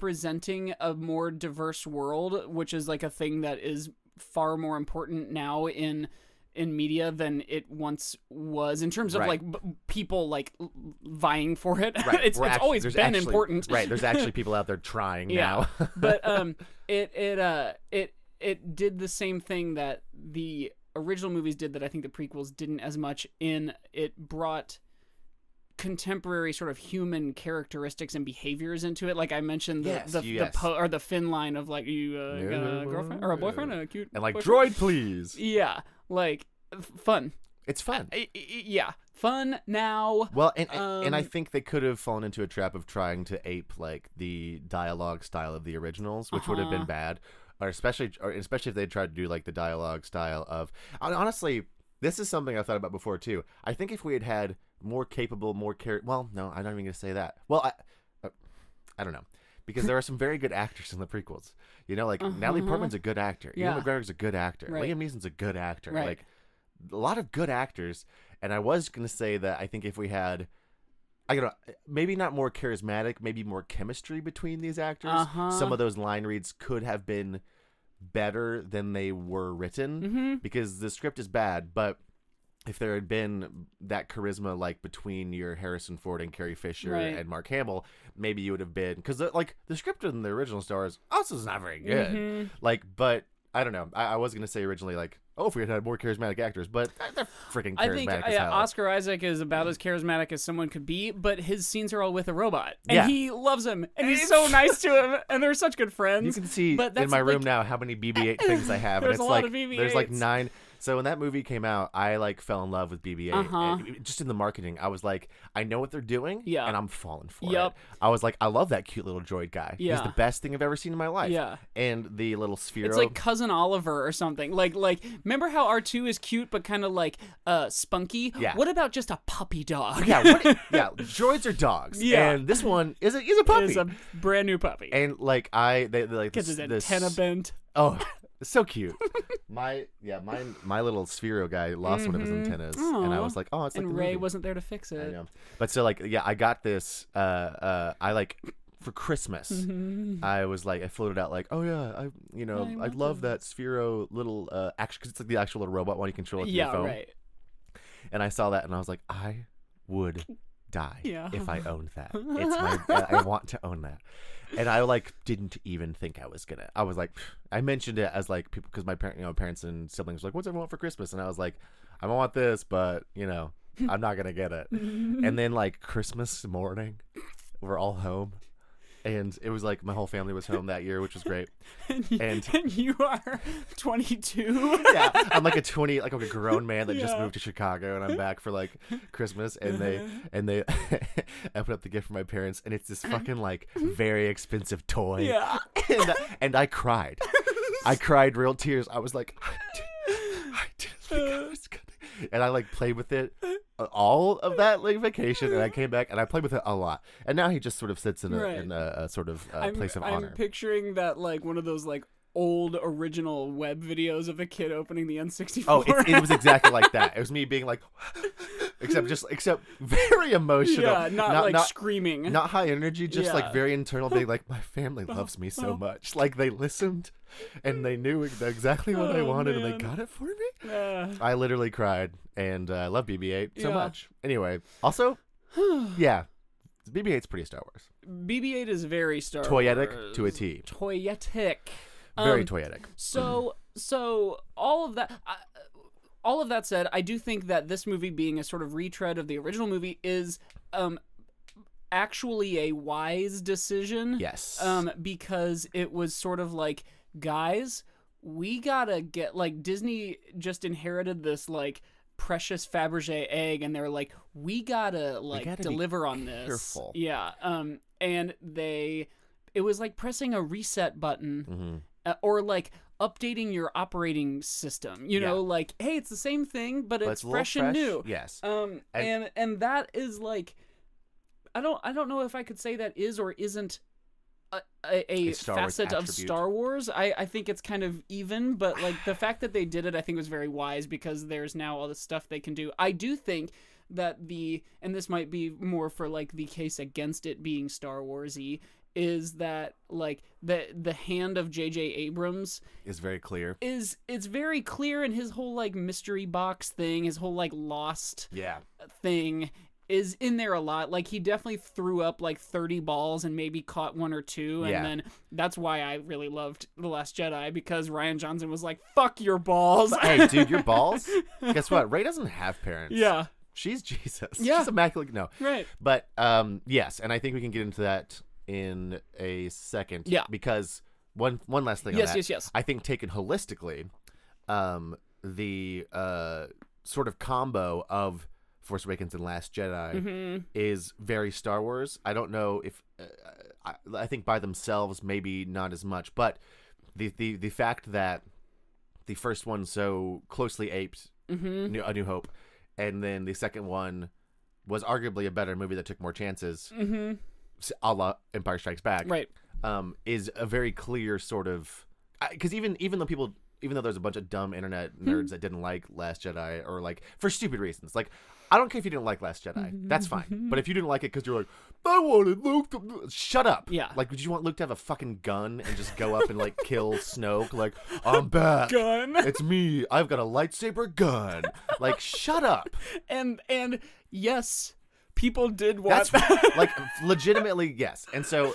Speaker 1: representing a more diverse world, which is like a thing that is far more important now in in media than it once was in terms of
Speaker 2: Right.
Speaker 1: like b- people like l- vying for it.
Speaker 2: Right.
Speaker 1: it's it's
Speaker 2: we're actu-
Speaker 1: always
Speaker 2: there's
Speaker 1: been
Speaker 2: actually-
Speaker 1: important.
Speaker 2: Right. There's actually people out there trying
Speaker 1: Yeah.
Speaker 2: now.
Speaker 1: but um it it uh it it did the same thing that the original movies did that I think the prequels didn't as much in it brought contemporary sort of human characteristics and behaviors into it like I mentioned the
Speaker 2: Yes,
Speaker 1: the,
Speaker 2: yes.
Speaker 1: the po- or the Finn line of like you uh, got a girlfriend or a boyfriend a cute
Speaker 2: and like,
Speaker 1: boyfriend?
Speaker 2: droid, please.
Speaker 1: yeah like f- fun
Speaker 2: It's fun.
Speaker 1: I- I- I- yeah fun now
Speaker 2: Well, and I and I
Speaker 1: Um,
Speaker 2: think they could have fallen into a trap of trying to ape like the dialogue style of the originals, which would have been
Speaker 1: Uh-huh.
Speaker 2: bad, or especially or especially if they tried to do like the dialogue style of. and Honestly, this is something I thought about before too. I think if we had had more capable, more care. Well, no, I'm not even going to say that. Well, I, uh, I don't know. Because there are some very good actors in the prequels, you know, like Natalie Portman's a good actor,
Speaker 1: Mm-hmm. Yeah.
Speaker 2: Ewan McGregor's a good actor,
Speaker 1: Right.
Speaker 2: Liam Neeson's a good actor,
Speaker 1: Right.
Speaker 2: like a lot of good actors. And I was gonna say that I think if we had, I don't know, maybe not more charismatic, maybe more chemistry between these actors.
Speaker 1: Uh-huh.
Speaker 2: Some of those line reads could have been better than they were written
Speaker 1: Mm-hmm.
Speaker 2: because the script is bad, but. If there had been that charisma, like between your Harrison Ford and Carrie Fisher
Speaker 1: Right.
Speaker 2: and Mark Hamill, maybe you would have been because like the script in the original Star Wars also is not very good.
Speaker 1: Mm-hmm.
Speaker 2: Like, but I don't know. I, I was gonna say originally like, oh, if we had had more charismatic actors, but they're- they're freaking charismatic
Speaker 1: I think
Speaker 2: as
Speaker 1: yeah,
Speaker 2: hell. Mm.
Speaker 1: Oscar Isaac is about as charismatic as someone could be, but his scenes are all with a robot, and
Speaker 2: Yeah.
Speaker 1: he loves him, and he's so nice to him, and they're such good friends.
Speaker 2: you can see
Speaker 1: but
Speaker 2: in
Speaker 1: that's,
Speaker 2: my
Speaker 1: like-
Speaker 2: room now how many BB-8 things I have, and
Speaker 1: There's
Speaker 2: it's
Speaker 1: a lot
Speaker 2: like
Speaker 1: of
Speaker 2: there's like
Speaker 1: BB-8s.
Speaker 2: nine. So when that movie came out, I like fell in love with BB-8.
Speaker 1: Uh-huh.
Speaker 2: And just in the marketing, I was like, I know what they're doing,
Speaker 1: Yeah.
Speaker 2: and I'm falling for
Speaker 1: Yep.
Speaker 2: it. I was like, I love that cute little droid guy. he's
Speaker 1: Yeah.
Speaker 2: the best thing I've ever seen in my life.
Speaker 1: Yeah.
Speaker 2: and the little sphere.
Speaker 1: It's like cousin Oliver or something. Like like remember how R two is cute but kind of like uh spunky?
Speaker 2: Yeah.
Speaker 1: What about just a puppy dog?
Speaker 2: yeah, what, yeah, droids are dogs.
Speaker 1: Yeah.
Speaker 2: and this one is a is a puppy.
Speaker 1: It's a brand new puppy.
Speaker 2: and like I, they, they, like
Speaker 1: Gets his
Speaker 2: the- the
Speaker 1: antenna bent.
Speaker 2: Oh, so cute. my yeah, my my little Sphero guy lost one of his antennas, and I
Speaker 1: Mm-hmm. Aw.
Speaker 2: was like, oh, it's like
Speaker 1: and
Speaker 2: the
Speaker 1: Ray
Speaker 2: movie.
Speaker 1: wasn't there to fix it.
Speaker 2: Yeah. But so like yeah, I got this. Uh, uh, I like for Christmas.
Speaker 1: Mm-hmm.
Speaker 2: I was like, I floated out like, oh yeah, I you know
Speaker 1: I
Speaker 2: I,
Speaker 1: want
Speaker 2: love that Sphero little uh actually because it's like the actual little robot one you control with your
Speaker 1: Yeah,
Speaker 2: phone.
Speaker 1: right.
Speaker 2: And I saw that and I was like, I would die
Speaker 1: Yeah.
Speaker 2: if I owned that. It's my I I want to own that. And I like didn't even think I was gonna. I was like, I mentioned it as like people because my parent, you know, parents and siblings were like, "What's everyone want for Christmas?" And I was like, "I don't want this, but you know, I'm not gonna get it." and then like Christmas morning, we're all home, and it was like my whole family was home that year, which was great.
Speaker 1: And, you-
Speaker 2: And-
Speaker 1: and you are twenty two.
Speaker 2: yeah, I'm like a 20, like a grown man that just
Speaker 1: Yeah.
Speaker 2: moved to Chicago, and I'm back for like Christmas, and they and they I put up the gift for my parents, and it's this fucking like very expensive toy.
Speaker 1: Uh-huh. yeah.
Speaker 2: and, and I cried. I cried real tears. I was like, I didn't, I didn't think
Speaker 1: Uh-huh.
Speaker 2: I was gonna. And I like played with it all of that like vacation, and I came back and I played with it a lot. And now he just sort of sits in a,
Speaker 1: Right.
Speaker 2: in a, a sort of uh,
Speaker 1: I'm,
Speaker 2: place of
Speaker 1: I'm
Speaker 2: honor.
Speaker 1: picturing that like one of those like old original web videos of a kid opening the N64.
Speaker 2: Oh, it, it was exactly like that. It was me being like, except just except very emotional.
Speaker 1: yeah, not, like
Speaker 2: not,
Speaker 1: screaming.
Speaker 2: not high energy, just like
Speaker 1: Yeah.
Speaker 2: very internal. Being like, my family loves me so much. Like they listened, and they knew ex- exactly what I
Speaker 1: Oh,
Speaker 2: wanted, and they
Speaker 1: man.
Speaker 2: got it for me.
Speaker 1: Uh,
Speaker 2: I literally cried, and uh, I love BB-8 so
Speaker 1: Yeah.
Speaker 2: much. Anyway, also, yeah, BB-8's pretty Star Wars,
Speaker 1: BB-8 is very Star
Speaker 2: toyetic to a
Speaker 1: Wars.
Speaker 2: T,
Speaker 1: Toyetic.
Speaker 2: very
Speaker 1: Um,
Speaker 2: toyetic.
Speaker 1: So so all of that. I all of that said, I do think that this movie being a sort of retread of the original movie is um, actually a wise decision.
Speaker 2: Yes.
Speaker 1: um, because it was sort of like, guys, we gotta get like Disney just inherited this like precious Fabergé egg, and they're like, we gotta like
Speaker 2: gotta be
Speaker 1: deliver on this.
Speaker 2: careful.
Speaker 1: Yeah. Um, and they. it was like pressing a reset button
Speaker 2: Mm-hmm.
Speaker 1: uh, or like updating your operating system. You know, like hey, it's the same thing, but,
Speaker 2: But
Speaker 1: it's
Speaker 2: a little
Speaker 1: fresh, and new.
Speaker 2: Yes.
Speaker 1: Um,
Speaker 2: I-
Speaker 1: and and that is like, I don't I don't know if I could say that is or isn't a, a, a
Speaker 2: A Star Wars
Speaker 1: facet of
Speaker 2: attribute.
Speaker 1: Star Wars. I I think it's kind of even, but like the fact that they did it, I think was very wise because there's now all this stuff they can do. I do think that the and this might be more for like the case against it being Star Warsy is that like the the hand of JJ Abrams
Speaker 2: Is very clear.
Speaker 1: is it's very clear in his whole like mystery box thing his whole like lost
Speaker 2: Yeah.
Speaker 1: thing is in there a lot. Like he definitely threw up like 30 balls and maybe caught one or two and
Speaker 2: Yeah.
Speaker 1: then that's why I really loved The Last Jedi because Ryan Johnson was like fuck your balls.
Speaker 2: hey, dude, your balls. Guess what? Ray doesn't have parents.
Speaker 1: yeah.
Speaker 2: She's Jesus.
Speaker 1: Yeah.
Speaker 2: She's immaculate. No.
Speaker 1: Right.
Speaker 2: But um, yes, and I think we can get into that in a second.
Speaker 1: Yeah.
Speaker 2: Because one one last thing. on
Speaker 1: Yes,
Speaker 2: that.
Speaker 1: yes, yes.
Speaker 2: I think taken holistically, um, the uh, sort of combo of Force Awakens and Last Jedi
Speaker 1: Mm-hmm,
Speaker 2: is very Star Wars. I don't know if uh, I, I think by themselves maybe not as much, but the the the fact that the first one so closely aped
Speaker 1: mm-hmm.
Speaker 2: New, A New Hope, and then the second one was arguably a better movie that took more chances, mm-hmm. a la Empire Strikes Back,
Speaker 1: Right.
Speaker 2: Um, is a very clear sort of because even even though people even though there's a bunch of dumb internet nerds that didn't like Last Jedi or like for stupid reasons, like I don't care if you didn't like Last Jedi, that's fine. But if you didn't like it because you're like I wanted Luke, to... shut up.
Speaker 1: Yeah.
Speaker 2: Like, would you want Luke to have a fucking gun and just go up and like kill Snoke? Like, I'm back.
Speaker 1: Gun.
Speaker 2: It's me. I've got a lightsaber gun. Like, shut up.
Speaker 1: And and yes, people did watch
Speaker 2: That's like legitimately yes. And so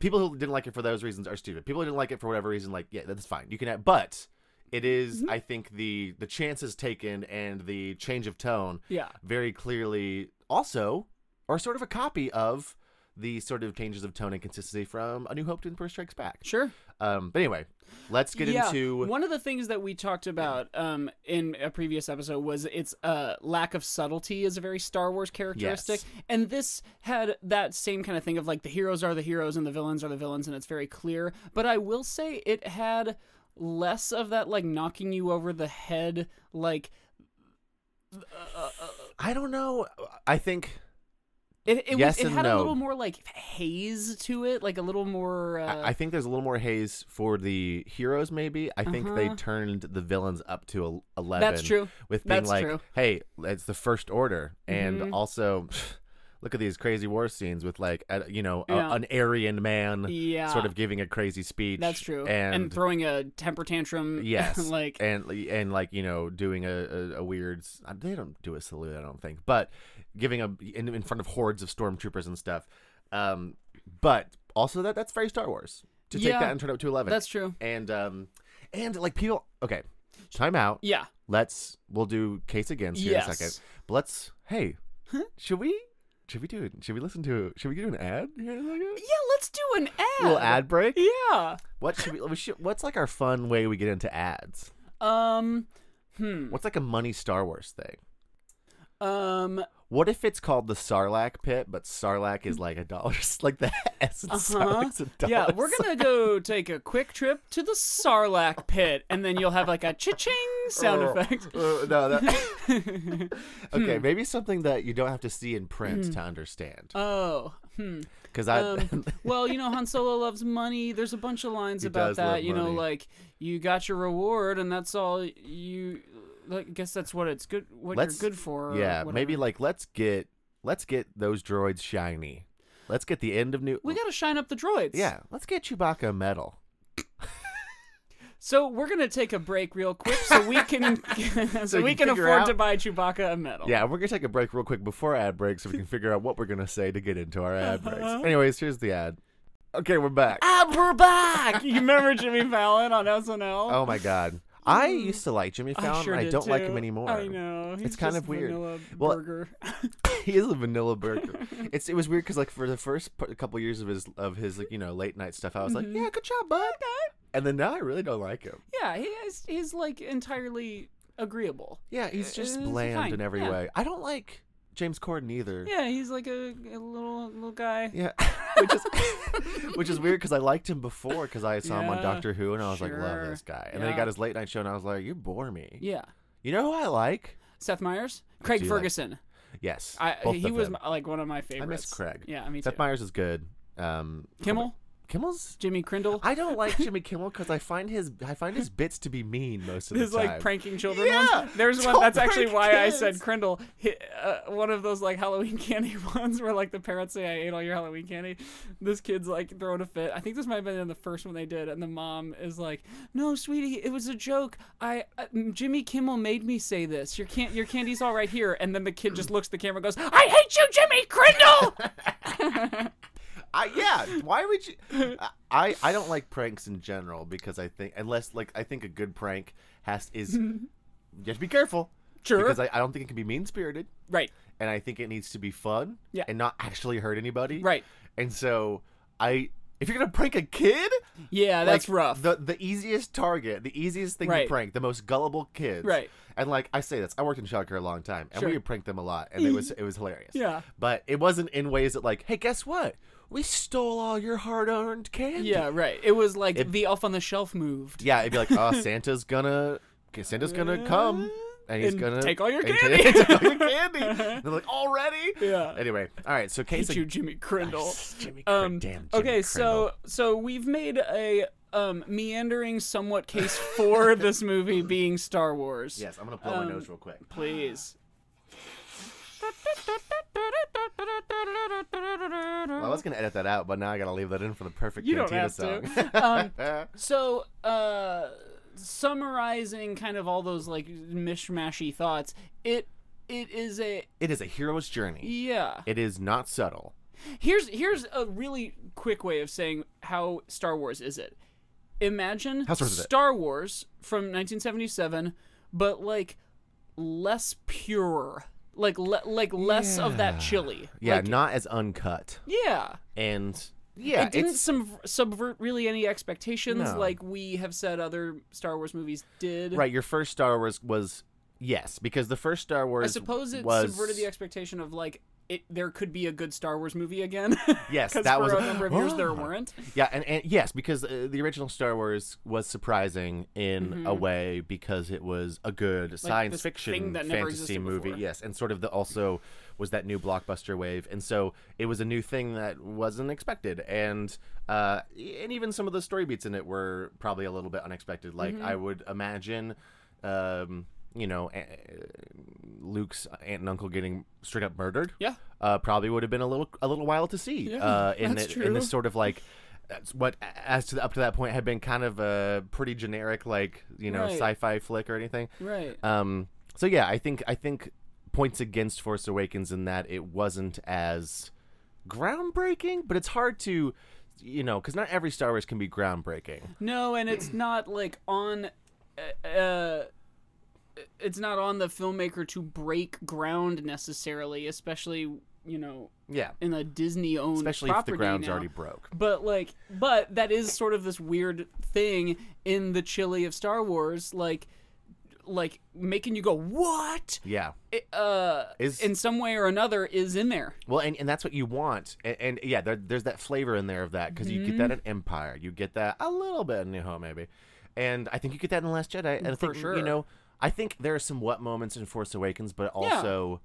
Speaker 2: people who didn't like it for those reasons are stupid. People who didn't like it for whatever reason, like yeah, that's fine. You can have, but it is,
Speaker 1: Mm-hmm.
Speaker 2: I think the the chances taken and the change of tone,
Speaker 1: Yeah.
Speaker 2: very clearly also are sort of a copy of the sort of changes of tone and consistency from A New Hope to Empire Strikes Back.
Speaker 1: Sure.
Speaker 2: Um, but anyway, let's get into
Speaker 1: one of the things that we talked about um, in a previous episode was its uh, lack of subtlety is a very Star Wars characteristic, and this had that same kind of thing of like the heroes are the heroes and the villains are the villains, and it's very clear. But I will say it had less of that like knocking you over the head like
Speaker 2: I don't know. I think
Speaker 1: it, it,
Speaker 2: Yes
Speaker 1: was, it
Speaker 2: and
Speaker 1: had a
Speaker 2: no.
Speaker 1: little more like haze to it like a little more uh,
Speaker 2: I I think there's a little more haze for the heroes. Maybe I think they turned the villains up to el- eleven.
Speaker 1: Uh-huh. That's true.
Speaker 2: With being
Speaker 1: That's
Speaker 2: like,
Speaker 1: true. Mm-hmm.
Speaker 2: hey, it's the first order, and also. Look at these crazy war scenes with like a, you know a,
Speaker 1: Yeah.
Speaker 2: an Aryan man
Speaker 1: Yeah.
Speaker 2: sort of giving a crazy speech.
Speaker 1: that's true
Speaker 2: and,
Speaker 1: throwing a temper tantrum
Speaker 2: yes,
Speaker 1: like
Speaker 2: and and like you know doing a, a, a weird s- they don't do a salute I don't think, but giving a in, in front of hordes of stormtroopers and stuff. Um, but also that that's very Star Wars to take
Speaker 1: Yeah.
Speaker 2: that and turn it up to eleven
Speaker 1: that's true
Speaker 2: and um and like people okay time out
Speaker 1: yeah
Speaker 2: let's we'll do case against here in a
Speaker 1: Yes.
Speaker 2: second but let's hey should we should we do it should we listen to should we do an ad here in a second?
Speaker 1: Yeah, let's do an ad.
Speaker 2: little ad break
Speaker 1: Yeah.
Speaker 2: what should we, we should, what's like our fun way we get into ads
Speaker 1: Um. Hmm.
Speaker 2: what's like a money star wars thing
Speaker 1: Um.
Speaker 2: what if it's called the Sarlacc pit, but Sarlacc is like a dollar, like the S in
Speaker 1: Huh?
Speaker 2: Sarlacc's a dollar.
Speaker 1: Uh-huh. Yeah, we're gonna go take a quick trip to the Sarlacc pit, and then you'll have like a cha-ching sound Hmm.
Speaker 2: Oh,
Speaker 1: effect.
Speaker 2: oh, no, that- okay, maybe something that you don't have to see in print to understand.
Speaker 1: Oh. Hmm.
Speaker 2: Because I,
Speaker 1: Um, well, you know, Han Solo loves money. There's a bunch of lines about
Speaker 2: does love
Speaker 1: that. You know,
Speaker 2: money.
Speaker 1: like you got your reward, and that's all you. I guess that's what it's good. What
Speaker 2: Let's-
Speaker 1: you're good for. or
Speaker 2: yeah, maybe
Speaker 1: whatever.
Speaker 2: like let's get let's get those droids shiny. Let's get the end of new.
Speaker 1: we gotta shine up the droids.
Speaker 2: yeah, let's get Chewbacca a medal.
Speaker 1: So we're gonna take a break real quick, so we can so,
Speaker 2: So you
Speaker 1: we
Speaker 2: can
Speaker 1: can
Speaker 2: figure
Speaker 1: afford
Speaker 2: out-
Speaker 1: to buy Chewbacca a medal.
Speaker 2: Yeah, we're gonna take a break real quick before ad break so we can figure out what we're gonna say to get into our ad
Speaker 1: Uh-huh.
Speaker 2: breaks. Anyways, here's the ad. Okay, we're back.
Speaker 1: Ah, we're back. You remember Jimmy Fallon on SNL?
Speaker 2: Oh my god, I used to like Jimmy
Speaker 1: I
Speaker 2: Fallon.
Speaker 1: sure
Speaker 2: and I
Speaker 1: did
Speaker 2: don't like him
Speaker 1: too.
Speaker 2: anymore.
Speaker 1: I know. He's
Speaker 2: It's kind
Speaker 1: just
Speaker 2: of weird.
Speaker 1: vanilla
Speaker 2: Well,
Speaker 1: burger.
Speaker 2: he is a vanilla burger. it's it was weird because like for the first p- couple years of his of his like you know late night stuff, I was
Speaker 1: Mm-hmm.
Speaker 2: like, yeah, good job, bud. And then now I really don't like him.
Speaker 1: yeah, he is, he's like entirely agreeable.
Speaker 2: Yeah, he's just
Speaker 1: it's
Speaker 2: bland
Speaker 1: fine,
Speaker 2: in every
Speaker 1: yeah.
Speaker 2: way. I don't like James Corden either.
Speaker 1: Yeah, he's like a, a little little guy.
Speaker 2: Yeah. which is which is weird because I liked him before because I saw him on
Speaker 1: Yeah,
Speaker 2: Doctor Who and I was like, love
Speaker 1: sure.
Speaker 2: this guy. And then he
Speaker 1: Yeah.
Speaker 2: got his late night show and I was like, you bore me.
Speaker 1: Yeah.
Speaker 2: You know who I like?
Speaker 1: Seth Myers, Craig
Speaker 2: do like-
Speaker 1: Ferguson.
Speaker 2: Yes.
Speaker 1: I
Speaker 2: both
Speaker 1: he
Speaker 2: of
Speaker 1: was
Speaker 2: them.
Speaker 1: my- like one of my favorites.
Speaker 2: Craig.
Speaker 1: Yeah, me too.
Speaker 2: Seth Meyers is good. Um,
Speaker 1: Kimmel,
Speaker 2: Kimmel's.
Speaker 1: Jimmy Crindle.
Speaker 2: I don't like Jimmy Kimmel because I find his I find his bits to be mean most of the
Speaker 1: His
Speaker 2: time.
Speaker 1: like pranking children
Speaker 2: Yeah,
Speaker 1: ones. There's one
Speaker 2: don't
Speaker 1: that's actually
Speaker 2: prank
Speaker 1: why I
Speaker 2: kids.
Speaker 1: said Crindle. Hi uh, one of those like Halloween candy ones where like the parents say I ate all your Halloween candy. This kid's like throwing a fit. I think this might have been in the first one they did, and the mom is like, "No, sweetie, it was a joke. I uh, Jimmy Kimmel made me say this. Your can your candy's all right here." And then the kid just looks at the camera, and goes, "I hate you, Jimmy Crindle."
Speaker 2: I, yeah, why would you? I- I I don't like pranks in general because I think unless like I think a good prank has is you have to be careful
Speaker 1: Sure.
Speaker 2: because I, I don't think it can be mean spirited
Speaker 1: right.
Speaker 2: and I think it needs to be fun
Speaker 1: Yeah.
Speaker 2: and not actually hurt anybody
Speaker 1: Right.
Speaker 2: and so I if you're gonna prank a kid
Speaker 1: Yeah, that's
Speaker 2: like,
Speaker 1: rough.
Speaker 2: The the easiest target, the easiest thing
Speaker 1: Right.
Speaker 2: to prank, the most gullible kids.
Speaker 1: Right.
Speaker 2: And like I say this, I worked in childcare a long time, and
Speaker 1: Sure.
Speaker 2: we would prank them a lot, and it was it was hilarious.
Speaker 1: Yeah.
Speaker 2: But it wasn't in ways that like, hey, guess what? We stole all your hard earned candy.
Speaker 1: yeah, right. It was like the off on the shelf moved.
Speaker 2: Yeah. It'd be like, oh, Santa's gonna, okay, Santa's gonna come. And he's
Speaker 1: And
Speaker 2: gonna
Speaker 1: take all your
Speaker 2: and
Speaker 1: candy."
Speaker 2: take, all your candy. And they're like, already?
Speaker 1: Yeah.
Speaker 2: Anyway, all right. So
Speaker 1: Hate
Speaker 2: case
Speaker 1: you, Jimmy Crindle.
Speaker 2: Jimmy, Cr-
Speaker 1: Um,
Speaker 2: damn. Jimmy
Speaker 1: okay, so
Speaker 2: Crandall.
Speaker 1: so we've made a um, meandering, somewhat case for this movie being Star Wars.
Speaker 2: yes, I'm gonna blow
Speaker 1: Um,
Speaker 2: my nose real quick.
Speaker 1: please.
Speaker 2: Well, I was gonna edit that out, but now I gotta leave that in for the perfect
Speaker 1: You don't
Speaker 2: Cantina
Speaker 1: have
Speaker 2: song.
Speaker 1: to. Um, so, uh, summarizing kind of all those like mishmashy thoughts, it it is a
Speaker 2: It is a hero's journey.
Speaker 1: yeah.
Speaker 2: It is not subtle.
Speaker 1: Here's here's a really quick way of saying how Star Wars is it. Imagine
Speaker 2: How Star Wars is it?
Speaker 1: Star Wars from 1977, but like less pure, like le- like less of that chili.
Speaker 2: Yeah,
Speaker 1: Like,
Speaker 2: not as uncut.
Speaker 1: yeah.
Speaker 2: And yeah,
Speaker 1: It didn't
Speaker 2: it's
Speaker 1: sub- subvert really any expectations,
Speaker 2: No.
Speaker 1: like we have said other Star Wars movies did.
Speaker 2: right. Your first Star Wars was yes, because the first Star Wars.
Speaker 1: I suppose it
Speaker 2: was,
Speaker 1: subverted the expectation of like it. There could be a good Star Wars movie again.
Speaker 2: Yes,
Speaker 1: 'Cause
Speaker 2: that
Speaker 1: for
Speaker 2: was
Speaker 1: a number of years there
Speaker 2: Ah.
Speaker 1: weren't.
Speaker 2: Yeah, and, and yes, because uh, the original Star Wars was surprising in a way because it was a good
Speaker 1: Mm-hmm. this
Speaker 2: science
Speaker 1: thing
Speaker 2: fiction
Speaker 1: that never
Speaker 2: fantasy
Speaker 1: existed
Speaker 2: movie.
Speaker 1: before.
Speaker 2: Yes, and sort of the also was that new blockbuster wave, and so it was a new thing that wasn't expected, and uh, and even some of the story beats in it were probably a little bit unexpected. Like
Speaker 1: Mm-hmm.
Speaker 2: I would imagine. Um, you know, a- Luke's aunt and uncle getting straight up murdered
Speaker 1: Yeah.
Speaker 2: uh, probably would have been a little a little while to see
Speaker 1: Yeah,
Speaker 2: uh, in
Speaker 1: that's
Speaker 2: the, in
Speaker 1: true.
Speaker 2: this sort of like that's what as to up to that point had been kind of a pretty generic like you know
Speaker 1: Right.
Speaker 2: sci-fi flick or anything.
Speaker 1: Right.
Speaker 2: Um, so yeah, I think I think points against Force Awakens in that it wasn't as groundbreaking, but it's hard to you know because not every Star Wars can be groundbreaking.
Speaker 1: No, and it's not like on. uh, Uh, it's not on the filmmaker to break ground necessarily, especially you know
Speaker 2: Yeah,
Speaker 1: in a Disney-owned
Speaker 2: especially if
Speaker 1: property
Speaker 2: the ground's
Speaker 1: now.
Speaker 2: already broke.
Speaker 1: But like, but that is sort of this weird thing in the chili of Star Wars, like, like making you go what?
Speaker 2: Yeah.
Speaker 1: It, uh,
Speaker 2: Is-
Speaker 1: in some way or another is in there.
Speaker 2: Well, and, and that's what you want, and, and yeah, there, there's that flavor in there of that because you get that
Speaker 1: Mm-hmm.
Speaker 2: in Empire, you get that a little bit in New Hope maybe, and I think you get that in The Last Jedi, and I
Speaker 1: For
Speaker 2: think
Speaker 1: sure.
Speaker 2: you know, I think there are some what moments in Force Awakens, but also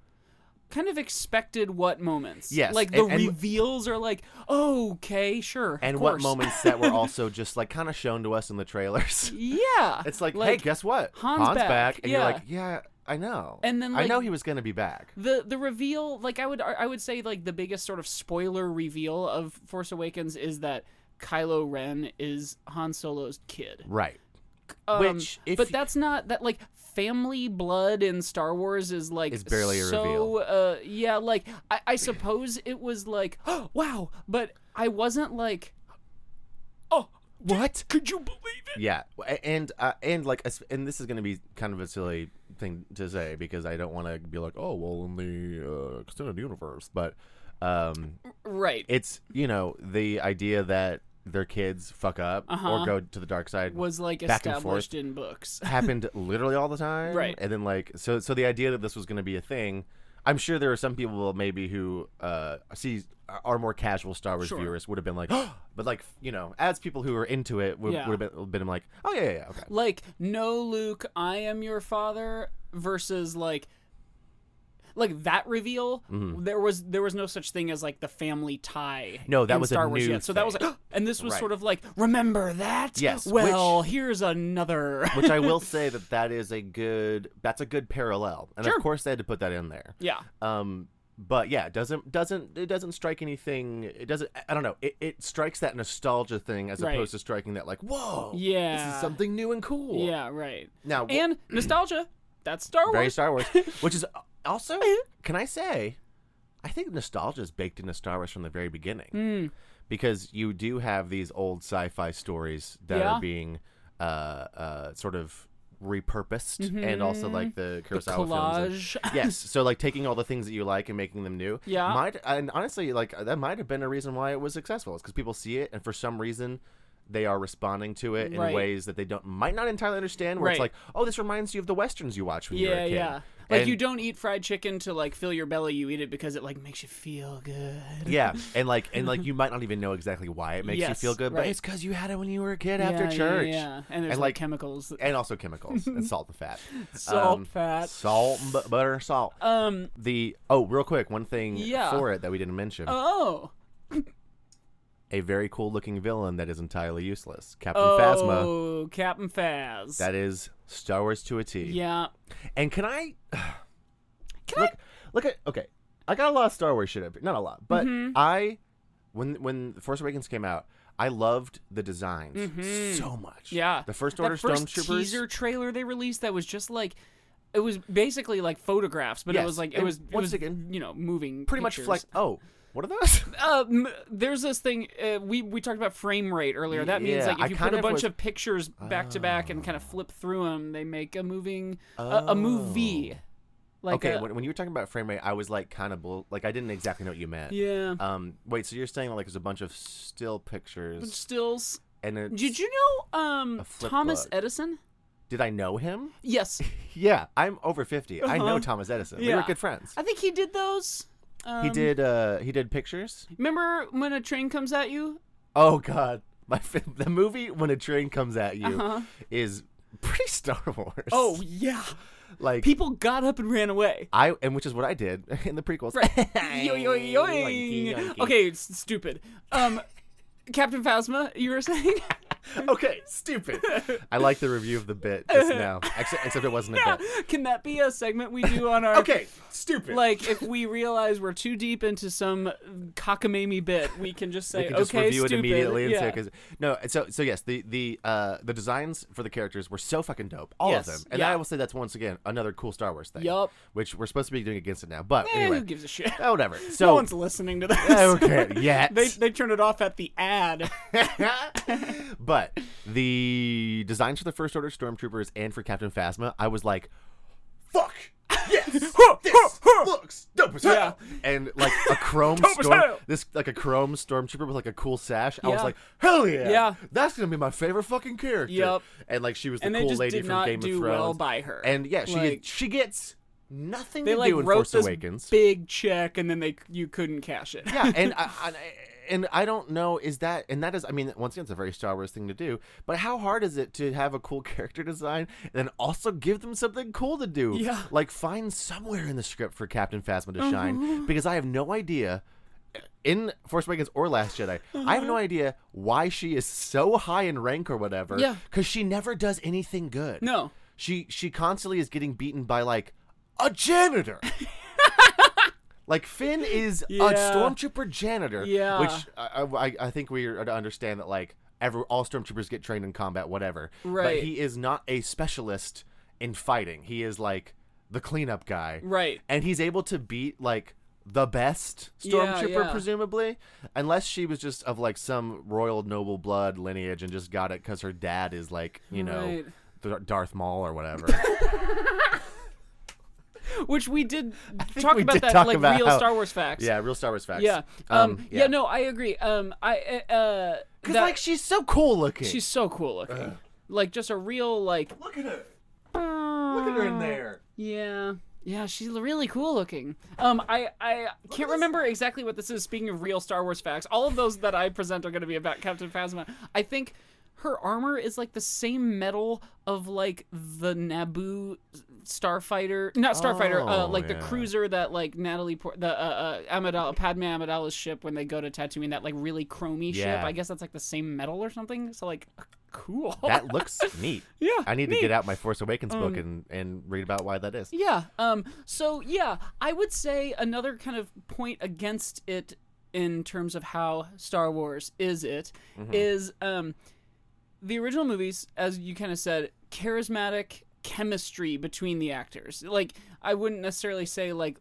Speaker 1: Kind of expected what moments?
Speaker 2: Yes,
Speaker 1: like the
Speaker 2: and- and-
Speaker 1: reveals are like, okay, sure, of
Speaker 2: and what
Speaker 1: course."
Speaker 2: moments that were also just like kind of shown to us in the trailers.
Speaker 1: Yeah.
Speaker 2: it's like,
Speaker 1: like
Speaker 2: hey, guess what?
Speaker 1: Han's back,
Speaker 2: and
Speaker 1: yeah.
Speaker 2: you're like, yeah, I know,
Speaker 1: And then,
Speaker 2: I
Speaker 1: like-
Speaker 2: know he was gonna be back.
Speaker 1: the the reveal, like I would I would say like the biggest sort of spoiler reveal of Force Awakens is that Kylo Ren is Han Solo's kid.
Speaker 2: Right.
Speaker 1: Um,
Speaker 2: Which, if
Speaker 1: but
Speaker 2: you-
Speaker 1: that's not that like family blood in Star Wars is like
Speaker 2: Is barely a
Speaker 1: so,
Speaker 2: reveal.
Speaker 1: Uh, yeah, like I, I suppose it was like oh, wow, but I wasn't like oh
Speaker 2: What?
Speaker 1: could you believe it?
Speaker 2: Yeah, a- and uh, and like as- and this is going to be kind of a silly thing to say because I don't want to be like, oh well, in the uh, extended universe, but um,
Speaker 1: Right.
Speaker 2: it's you know the idea that their kids fuck up
Speaker 1: Uh-huh.
Speaker 2: or go to the dark side
Speaker 1: was like
Speaker 2: back and
Speaker 1: established in books.
Speaker 2: happened literally all the time,
Speaker 1: Right.
Speaker 2: And then like so so the idea that this was going to be a thing. I'm sure there are some people maybe who uh, see are more casual Star Wars
Speaker 1: Sure.
Speaker 2: viewers would have been like, but like you know, as people who are into it would,
Speaker 1: Yeah.
Speaker 2: would have been, been like, oh yeah, yeah, yeah, okay.
Speaker 1: like no luke i am your father versus like like that reveal there was there was no such thing as like the family tie
Speaker 2: Mm-hmm. No, that
Speaker 1: in
Speaker 2: was a
Speaker 1: star wars
Speaker 2: new
Speaker 1: yet so that was
Speaker 2: thing.
Speaker 1: like and this was
Speaker 2: Right.
Speaker 1: sort of like remember that
Speaker 2: Yes,
Speaker 1: well here's another
Speaker 2: Which I will say that that is a good that's a good parallel, and
Speaker 1: Sure.
Speaker 2: of course they had to put that in there.
Speaker 1: yeah
Speaker 2: Um, but yeah, it doesn't doesn't it doesn't strike anything. It doesn't. I don't know. It, it strikes that nostalgia thing as
Speaker 1: Right.
Speaker 2: opposed to striking that like, whoa, Oh, this
Speaker 1: Yeah.
Speaker 2: is something new and cool.
Speaker 1: yeah right
Speaker 2: Now, w-
Speaker 1: and nostalgia that's star
Speaker 2: very
Speaker 1: wars
Speaker 2: Star Wars, which is also can I say, I think nostalgia is baked into Star Wars from the very beginning
Speaker 1: Mm,
Speaker 2: because you do have these old sci-fi stories that
Speaker 1: Yeah.
Speaker 2: are being uh, uh, sort of repurposed and also like the Kurosawa films.
Speaker 1: Mm-hmm. collage
Speaker 2: and- yes, so like taking all the things that you like and making them new.
Speaker 1: Yeah.
Speaker 2: might and honestly, like that might have been a reason why it was successful. It's because people see it and for some reason. They are responding to it in
Speaker 1: Right.
Speaker 2: ways that they don't might not entirely understand. Where it's
Speaker 1: Right.
Speaker 2: like, oh, this reminds you of the westerns you watched when you were
Speaker 1: yeah
Speaker 2: a kid.
Speaker 1: yeah like
Speaker 2: And-
Speaker 1: you don't eat fried chicken to like fill your belly you eat it because it like makes you feel good
Speaker 2: yeah and like and like you might not even know exactly why it makes you
Speaker 1: Yes,
Speaker 2: feel good but
Speaker 1: right.
Speaker 2: it's because you had it when you were a kid after
Speaker 1: Yeah, yeah,
Speaker 2: church
Speaker 1: yeah, and there's like
Speaker 2: And, like-
Speaker 1: chemicals
Speaker 2: and also chemicals and salt and fat
Speaker 1: Salt,
Speaker 2: Um,
Speaker 1: fat.
Speaker 2: salt and bu- butter salt
Speaker 1: Um.
Speaker 2: the oh real quick one thing
Speaker 1: Yeah.
Speaker 2: for it that we didn't mention
Speaker 1: Oh.
Speaker 2: a very cool looking villain that is entirely useless captain phasma
Speaker 1: Oh, Captain Phas.
Speaker 2: that is star wars to a t
Speaker 1: yeah.
Speaker 2: and can i look look at okay i got a lot of star wars shit up not a lot but
Speaker 1: Mm-hmm.
Speaker 2: i when when force awakens came out i loved the designs so much
Speaker 1: Mm-hmm. Yeah.
Speaker 2: the first order
Speaker 1: that first
Speaker 2: stormtroopers
Speaker 1: teaser trailer they released that was just like, it was basically like photographs, but it
Speaker 2: Yes,
Speaker 1: was like it
Speaker 2: and
Speaker 1: was it
Speaker 2: once
Speaker 1: was,
Speaker 2: again,
Speaker 1: you know moving
Speaker 2: pretty
Speaker 1: pictures.
Speaker 2: much like oh what are those
Speaker 1: Uh, m- there's this thing uh, we we talked about frame rate earlier. That means
Speaker 2: Yeah,
Speaker 1: like
Speaker 2: I
Speaker 1: if you put
Speaker 2: kind
Speaker 1: a
Speaker 2: of
Speaker 1: bunch
Speaker 2: was- Ah.
Speaker 1: of pictures back to back and kind of flip through them, they make a moving a, a movie. Like
Speaker 2: Oh. okay
Speaker 1: a-
Speaker 2: when, when you were talking about frame rate i was like kind of bull- like i didn't exactly know what you meant
Speaker 1: yeah.
Speaker 2: um wait so you're saying like there's a bunch of still pictures
Speaker 1: Stills.
Speaker 2: and it's,
Speaker 1: Did you know um
Speaker 2: A flip
Speaker 1: Thomas
Speaker 2: book.
Speaker 1: Edison?
Speaker 2: did i know him
Speaker 1: Yes,
Speaker 2: yeah i'm over 50 i know thomas edison we were
Speaker 1: Uh-huh. Yeah.
Speaker 2: good friends
Speaker 1: I think he did those. Um,
Speaker 2: he did uh he did pictures
Speaker 1: Remember when a train comes at you?
Speaker 2: Oh God, my fa- the movie when a train comes at you is pretty Star Wars.
Speaker 1: Uh-huh. Oh yeah,
Speaker 2: like
Speaker 1: people got up and ran away.
Speaker 2: I and which is what I did in the prequels.
Speaker 1: Right. Yo yo yoing. Okay, it's stupid. Um, Captain Phasma, you were saying?
Speaker 2: okay, stupid. I like the review of the bit just now, except, except it wasn't a bit.
Speaker 1: Can that be a segment we do on our?
Speaker 2: Okay, stupid.
Speaker 1: Like if we realize we're too deep into some cockamamie bit, we can just say
Speaker 2: you can just
Speaker 1: okay,
Speaker 2: review
Speaker 1: stupid.
Speaker 2: it immediately and
Speaker 1: yeah.
Speaker 2: say because no, and so so yes, the the uh the designs for the characters were so fucking dope, all
Speaker 1: Yes,
Speaker 2: of them, and
Speaker 1: yeah.
Speaker 2: I will say that's once again another cool Star Wars thing.
Speaker 1: Yup.
Speaker 2: Which we're supposed to be doing against it now, but
Speaker 1: Eh,
Speaker 2: anyway,
Speaker 1: who gives a shit?
Speaker 2: oh, whatever. So
Speaker 1: no one's listening to this.
Speaker 2: okay, yeah.
Speaker 1: they they turned it off at the ad.
Speaker 2: but the designs for the First Order Stormtroopers and for Captain Phasma, I was like, fuck! Yes! this looks dope as hell! And like a chrome
Speaker 1: Dope as
Speaker 2: storm,
Speaker 1: hell!
Speaker 2: this like a chrome stormtrooper with like a cool sash. I
Speaker 1: Yeah.
Speaker 2: was like, hell yeah!
Speaker 1: Yeah.
Speaker 2: That's gonna be my favorite fucking character.
Speaker 1: Yep.
Speaker 2: And like she was the
Speaker 1: And they
Speaker 2: cool
Speaker 1: just
Speaker 2: lady
Speaker 1: did
Speaker 2: from
Speaker 1: not
Speaker 2: Game
Speaker 1: do
Speaker 2: of Thrones.
Speaker 1: well by her.
Speaker 2: And yeah, she
Speaker 1: Like-
Speaker 2: she gets nothing
Speaker 1: They
Speaker 2: to
Speaker 1: like
Speaker 2: do in
Speaker 1: wrote
Speaker 2: Force
Speaker 1: this
Speaker 2: Awakens.
Speaker 1: big check, and then they you couldn't cash it.
Speaker 2: yeah, and I, I, and I don't know is that and that is I mean once again it's a very Star Wars thing to do, but how hard is it to have a cool character design and then also give them something cool to do?
Speaker 1: Yeah.
Speaker 2: like find somewhere in the script for Captain Phasma to
Speaker 1: Mm-hmm.
Speaker 2: shine because I have no idea. uh, In Force Awakens or Last Jedi, I have no
Speaker 1: Uh-huh.
Speaker 2: idea why she is so high in rank or whatever.
Speaker 1: Yeah.
Speaker 2: because she never does anything good.
Speaker 1: No.
Speaker 2: she she constantly is getting beaten by like a janitor. Like Finn is a
Speaker 1: Yeah.
Speaker 2: stormtrooper janitor.
Speaker 1: Yeah.
Speaker 2: which I, I, I think we are to understand that like every all stormtroopers get trained in combat, whatever.
Speaker 1: Right.
Speaker 2: But he is not a specialist in fighting. He is like the cleanup guy.
Speaker 1: Right.
Speaker 2: And he's able to beat like the best
Speaker 1: Yeah,
Speaker 2: stormtrooper,
Speaker 1: yeah.
Speaker 2: presumably, unless she was just of like some royal noble blood lineage and just got it because her dad is like you know
Speaker 1: Right.
Speaker 2: know Darth Maul or whatever.
Speaker 1: Which we did talk
Speaker 2: we
Speaker 1: about
Speaker 2: did
Speaker 1: that
Speaker 2: talk
Speaker 1: like
Speaker 2: about
Speaker 1: real
Speaker 2: how-
Speaker 1: Star Wars facts.
Speaker 2: yeah, real Star Wars facts.
Speaker 1: Yeah. Um, yeah. No, I agree. Um. I. uh, Uh.
Speaker 2: Because
Speaker 1: that-
Speaker 2: like she's so cool looking.
Speaker 1: she's so cool looking. Like just a real like.
Speaker 2: look at her. Look at her in there.
Speaker 1: Yeah. Yeah, she's really cool looking. Um, I, I can't remember exactly what this is. Speaking of real Star Wars facts, all of those that I present are going to be about Captain Phasma. I think her armor is like the same metal of like the Naboo starfighter, not starfighter, uh,
Speaker 2: Oh,
Speaker 1: like the
Speaker 2: yeah.
Speaker 1: cruiser that like Natalie, Port- the uh, uh, Amidala, Padme Amidala's ship when they go to Tatooine, that like really chromy ship.
Speaker 2: Yeah.
Speaker 1: I guess that's like the same metal or something. So like, cool.
Speaker 2: That looks neat.
Speaker 1: yeah,
Speaker 2: I need to
Speaker 1: Uh, neat. Um,
Speaker 2: get out my Force Awakens book and, and read about why that is.
Speaker 1: Yeah. Um. So yeah, I would say another kind of point against it in terms of how Star Wars is it is
Speaker 2: Mm-hmm.
Speaker 1: um the original movies, as you kind of said, charismatic chemistry between the actors. Like I wouldn't necessarily say like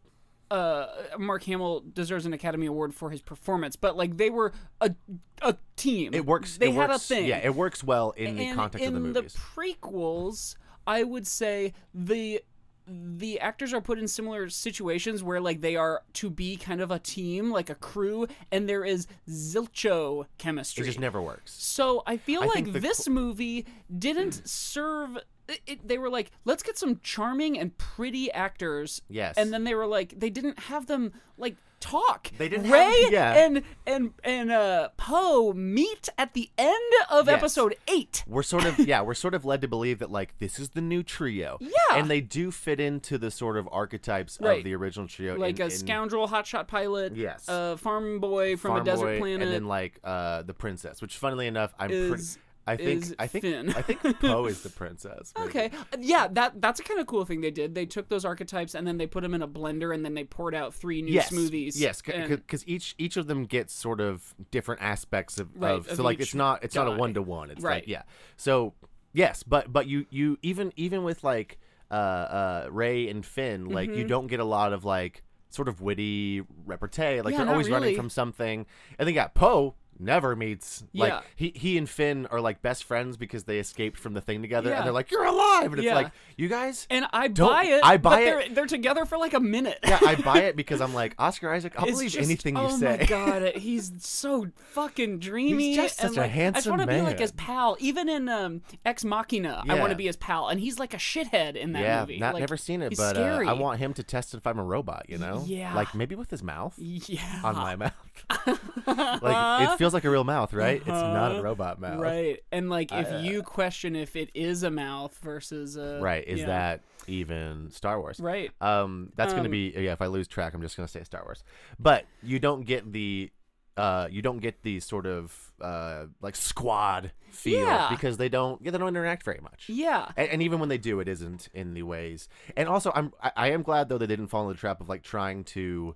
Speaker 1: uh, Mark Hamill deserves an Academy Award for his performance, but like they were a a team.
Speaker 2: It works.
Speaker 1: They
Speaker 2: it
Speaker 1: had
Speaker 2: works,
Speaker 1: a thing
Speaker 2: Yeah, it works well in the
Speaker 1: and
Speaker 2: context
Speaker 1: in
Speaker 2: of the movies.
Speaker 1: prequels, I would say the the actors are put in similar situations where like they are to be kind of a team, like a crew, and there is zilcho chemistry.
Speaker 2: it just never works.
Speaker 1: So I feel
Speaker 2: I
Speaker 1: like
Speaker 2: think the
Speaker 1: this movie didn't serve. It, it- they were like, let's get some charming and pretty actors.
Speaker 2: Yes.
Speaker 1: And then they were like, they didn't have them like talk.
Speaker 2: They didn't
Speaker 1: Ray
Speaker 2: have- yeah.
Speaker 1: and and and uh, Poe meet at the end of
Speaker 2: Yes.
Speaker 1: episode eight.
Speaker 2: We're sort of yeah, we're sort of led to believe that like this is the new trio. Yeah, and they do fit into the sort of archetypes
Speaker 1: Right.
Speaker 2: of the original trio,
Speaker 1: like
Speaker 2: in-
Speaker 1: a
Speaker 2: in
Speaker 1: scoundrel hotshot pilot,
Speaker 2: Yes.
Speaker 1: a farm boy from a
Speaker 2: Farm
Speaker 1: desert
Speaker 2: Boy
Speaker 1: planet.
Speaker 2: and then like uh, the princess. Which, funnily enough, I'm
Speaker 1: Is-
Speaker 2: pretty. I think
Speaker 1: is
Speaker 2: I think
Speaker 1: Finn.
Speaker 2: I think Poe is the princess. maybe.
Speaker 1: okay, yeah, that that's a kind of cool thing they did. They took those archetypes and then they put them in a blender and then they poured out three new
Speaker 2: yes,
Speaker 1: smoothies.
Speaker 2: Yes,
Speaker 1: and-
Speaker 2: because each each of them gets sort of different aspects of,
Speaker 1: Right,
Speaker 2: of,
Speaker 1: of
Speaker 2: so like
Speaker 1: each
Speaker 2: it's not it's not
Speaker 1: guy.
Speaker 2: a one to one. It's
Speaker 1: Right.
Speaker 2: like yeah. So yes, but but you you even even with like uh uh Ray and Finn, like
Speaker 1: Mm-hmm.
Speaker 2: you don't get a lot of like sort of witty repartee. Like
Speaker 1: Yeah,
Speaker 2: they're
Speaker 1: not
Speaker 2: always
Speaker 1: really.
Speaker 2: running from something. And then yeah, Poe never meets
Speaker 1: Yeah.
Speaker 2: like he he and Finn are like best friends because they escaped from the thing together
Speaker 1: Yeah.
Speaker 2: and they're like you're alive and it's
Speaker 1: Yeah.
Speaker 2: like you guys
Speaker 1: and I
Speaker 2: Don't-
Speaker 1: buy it.
Speaker 2: I
Speaker 1: but
Speaker 2: buy it.
Speaker 1: They're, they're together for like a minute.
Speaker 2: yeah, I buy it because I'm like Oscar Isaac. I'll
Speaker 1: It's
Speaker 2: believe
Speaker 1: just-
Speaker 2: anything you
Speaker 1: oh
Speaker 2: say.
Speaker 1: my god, he's so fucking dreamy.
Speaker 2: He's just
Speaker 1: and
Speaker 2: such a
Speaker 1: like, I just
Speaker 2: handsome
Speaker 1: wanna be like
Speaker 2: man.
Speaker 1: his pal. Even in um, Ex Machina, I
Speaker 2: Yeah.
Speaker 1: want to be his pal, and he's like a shithead in that
Speaker 2: yeah,
Speaker 1: movie.
Speaker 2: not
Speaker 1: Like,
Speaker 2: never seen it,
Speaker 1: he's
Speaker 2: but uh,
Speaker 1: scary.
Speaker 2: I want him to test if I'm a robot. You know,
Speaker 1: Yeah.
Speaker 2: like maybe with his mouth
Speaker 1: Yeah. Uh-huh.
Speaker 2: on my mouth. like it feels like a real mouth, right? It's not a robot mouth, uh,
Speaker 1: Right. And like if you question if it is a mouth versus a
Speaker 2: Right, Is
Speaker 1: you know.
Speaker 2: that even Star Wars?
Speaker 1: right.
Speaker 2: Um, that's gonna be yeah. If I lose track, I'm just gonna say Star Wars. But you don't get the. Uh, you don't get the sort of uh, like squad feel
Speaker 1: Yeah.
Speaker 2: because they don't yeah they don't interact very much.
Speaker 1: Yeah.
Speaker 2: and, and even when they do, it isn't in the ways. And also, I'm I, I am glad though they didn't fall into the trap of like trying to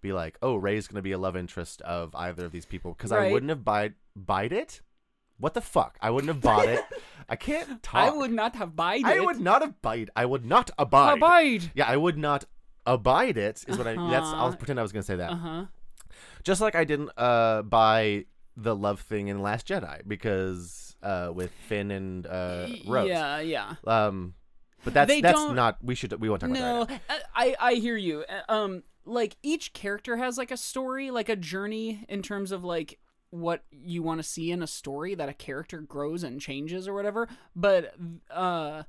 Speaker 2: be like, oh, Ray's gonna be a love interest of either of these people because
Speaker 1: Right.
Speaker 2: I wouldn't have buyed buyed it. What the fuck? I wouldn't have bought it. I can't talk.
Speaker 1: I would not have buyed
Speaker 2: I
Speaker 1: it.
Speaker 2: would not abide. I would not abide.
Speaker 1: Abide.
Speaker 2: Yeah, I would not abide it. Is what I. That's. I'll
Speaker 1: Uh-huh.
Speaker 2: pretend I was gonna say that.
Speaker 1: Uh-huh.
Speaker 2: Just like I didn't uh buy the love thing in Last Jedi because uh with Finn and uh Rose.
Speaker 1: Yeah, yeah.
Speaker 2: Um, but that's
Speaker 1: They
Speaker 2: that's
Speaker 1: don't-
Speaker 2: not. We should we won't talk
Speaker 1: No, uh,
Speaker 2: about that.
Speaker 1: I I hear you. Uh, Um like each character has like a story, like a journey in terms of like what you want to see in a story that a character grows and changes or whatever, but uh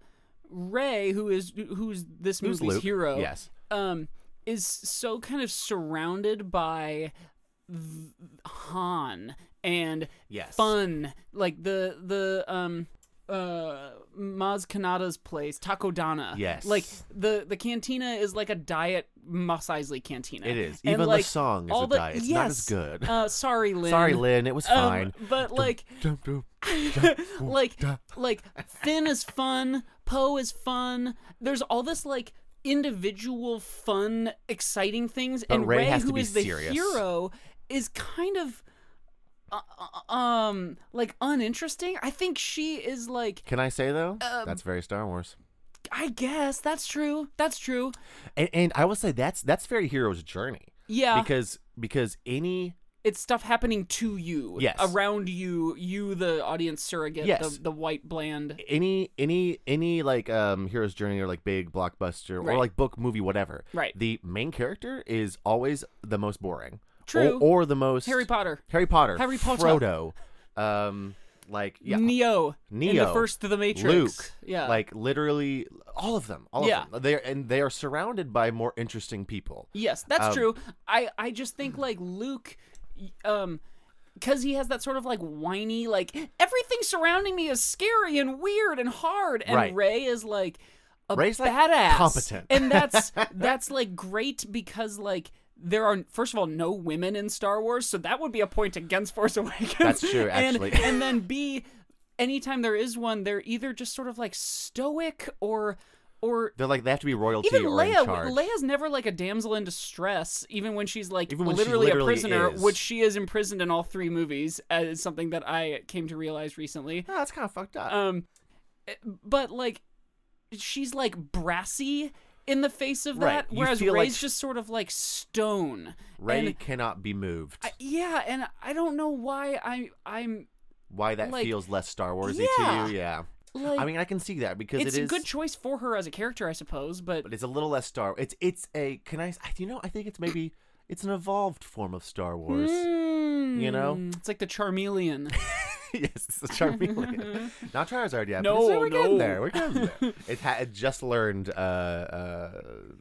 Speaker 1: Ray, who is who's this
Speaker 2: Who's
Speaker 1: movie's
Speaker 2: Luke?
Speaker 1: hero,
Speaker 2: Yes,
Speaker 1: um is so kind of surrounded by th- Han and
Speaker 2: yes.
Speaker 1: fun like the the um uh Maz Kanata's place Takodana
Speaker 2: Yes.
Speaker 1: like the the cantina is like a diet Moss Eisley cantina
Speaker 2: It is.
Speaker 1: And,
Speaker 2: Even
Speaker 1: like,
Speaker 2: the song is
Speaker 1: all
Speaker 2: a
Speaker 1: the-
Speaker 2: diet. It's not as
Speaker 1: yes.
Speaker 2: good.
Speaker 1: uh sorry Lynn
Speaker 2: Sorry, Lynn. It was
Speaker 1: Um,
Speaker 2: fine.
Speaker 1: but like
Speaker 2: Dum, dum.
Speaker 1: like like Finn is fun, Poe is fun. There's all this like individual fun, exciting things, and
Speaker 2: Rey
Speaker 1: Ray, who is
Speaker 2: has to be
Speaker 1: the
Speaker 2: serious.
Speaker 1: hero, is kind of uh, uh, um like uninteresting. I think she is like
Speaker 2: Can I say though?
Speaker 1: Um,
Speaker 2: that's very Star Wars.
Speaker 1: I guess that's true. That's true.
Speaker 2: And, and I will say that's that's very hero's journey
Speaker 1: Yeah,
Speaker 2: because because any
Speaker 1: it's stuff happening to you,
Speaker 2: Yes.
Speaker 1: around you, you the audience surrogate,
Speaker 2: Yes.
Speaker 1: the, the white bland.
Speaker 2: any any any like um hero's journey or like big blockbuster
Speaker 1: Right.
Speaker 2: or like book movie whatever
Speaker 1: Right.
Speaker 2: the main character is always the most boring
Speaker 1: True.
Speaker 2: or, or the most
Speaker 1: Harry Potter.
Speaker 2: Harry Potter.
Speaker 1: Harry Potter.
Speaker 2: Frodo. Um, like yeah,
Speaker 1: Neo, in
Speaker 2: Neo,
Speaker 1: the first of the Matrix.
Speaker 2: Luke,
Speaker 1: yeah,
Speaker 2: like literally all of them, all
Speaker 1: Yeah.
Speaker 2: of them. They are, and they are surrounded by more interesting people.
Speaker 1: Yes, that's
Speaker 2: Um,
Speaker 1: true. I I just think like Luke, y- um, because he has that sort of like whiny like everything surrounding me is scary and weird and hard, and
Speaker 2: Right.
Speaker 1: Ray is like a
Speaker 2: Rey's, like,
Speaker 1: badass,
Speaker 2: competent.
Speaker 1: and that's that's like great because like. There are first of all no women in Star Wars, so that would be a point against Force Awakens.
Speaker 2: That's true,
Speaker 1: And-
Speaker 2: actually.
Speaker 1: And, then B, anytime there is one, they're either just sort of like stoic or or
Speaker 2: They're like they have to be royalty
Speaker 1: even
Speaker 2: or
Speaker 1: Leia,
Speaker 2: in charge.
Speaker 1: Leia's never like a damsel in distress, even when she's like
Speaker 2: Even when she
Speaker 1: literally, a
Speaker 2: literally
Speaker 1: prisoner,
Speaker 2: is.
Speaker 1: which she is imprisoned in all three movies, as something that I came to realize recently.
Speaker 2: Oh, that's kind of fucked up.
Speaker 1: Um, but like, she's like brassy in the face of
Speaker 2: Right.
Speaker 1: that,
Speaker 2: You
Speaker 1: whereas Ray's
Speaker 2: feel like sh-
Speaker 1: just sort of like stone.
Speaker 2: Ray
Speaker 1: and-
Speaker 2: cannot be moved.
Speaker 1: I- yeah, and I don't know why I I'm
Speaker 2: Why that
Speaker 1: like,
Speaker 2: feels less Star Warsy
Speaker 1: yeah.
Speaker 2: to you? Yeah.
Speaker 1: like
Speaker 2: I mean, I can see that because
Speaker 1: it's
Speaker 2: it
Speaker 1: a
Speaker 2: is-
Speaker 1: good choice for her as a character, I suppose, but.
Speaker 2: but it's a little less Star. It's it's a can I? You know, I think it's maybe it's an evolved form of Star Wars.
Speaker 1: Hmm.
Speaker 2: you know?
Speaker 1: Mm, it's like the Charmeleon.
Speaker 2: yes, it's a Charmeleon. Not Charizard yet. but
Speaker 1: No,
Speaker 2: it's- we're
Speaker 1: no.
Speaker 2: getting there. We're getting there. it, ha- it just learned. Uh, uh,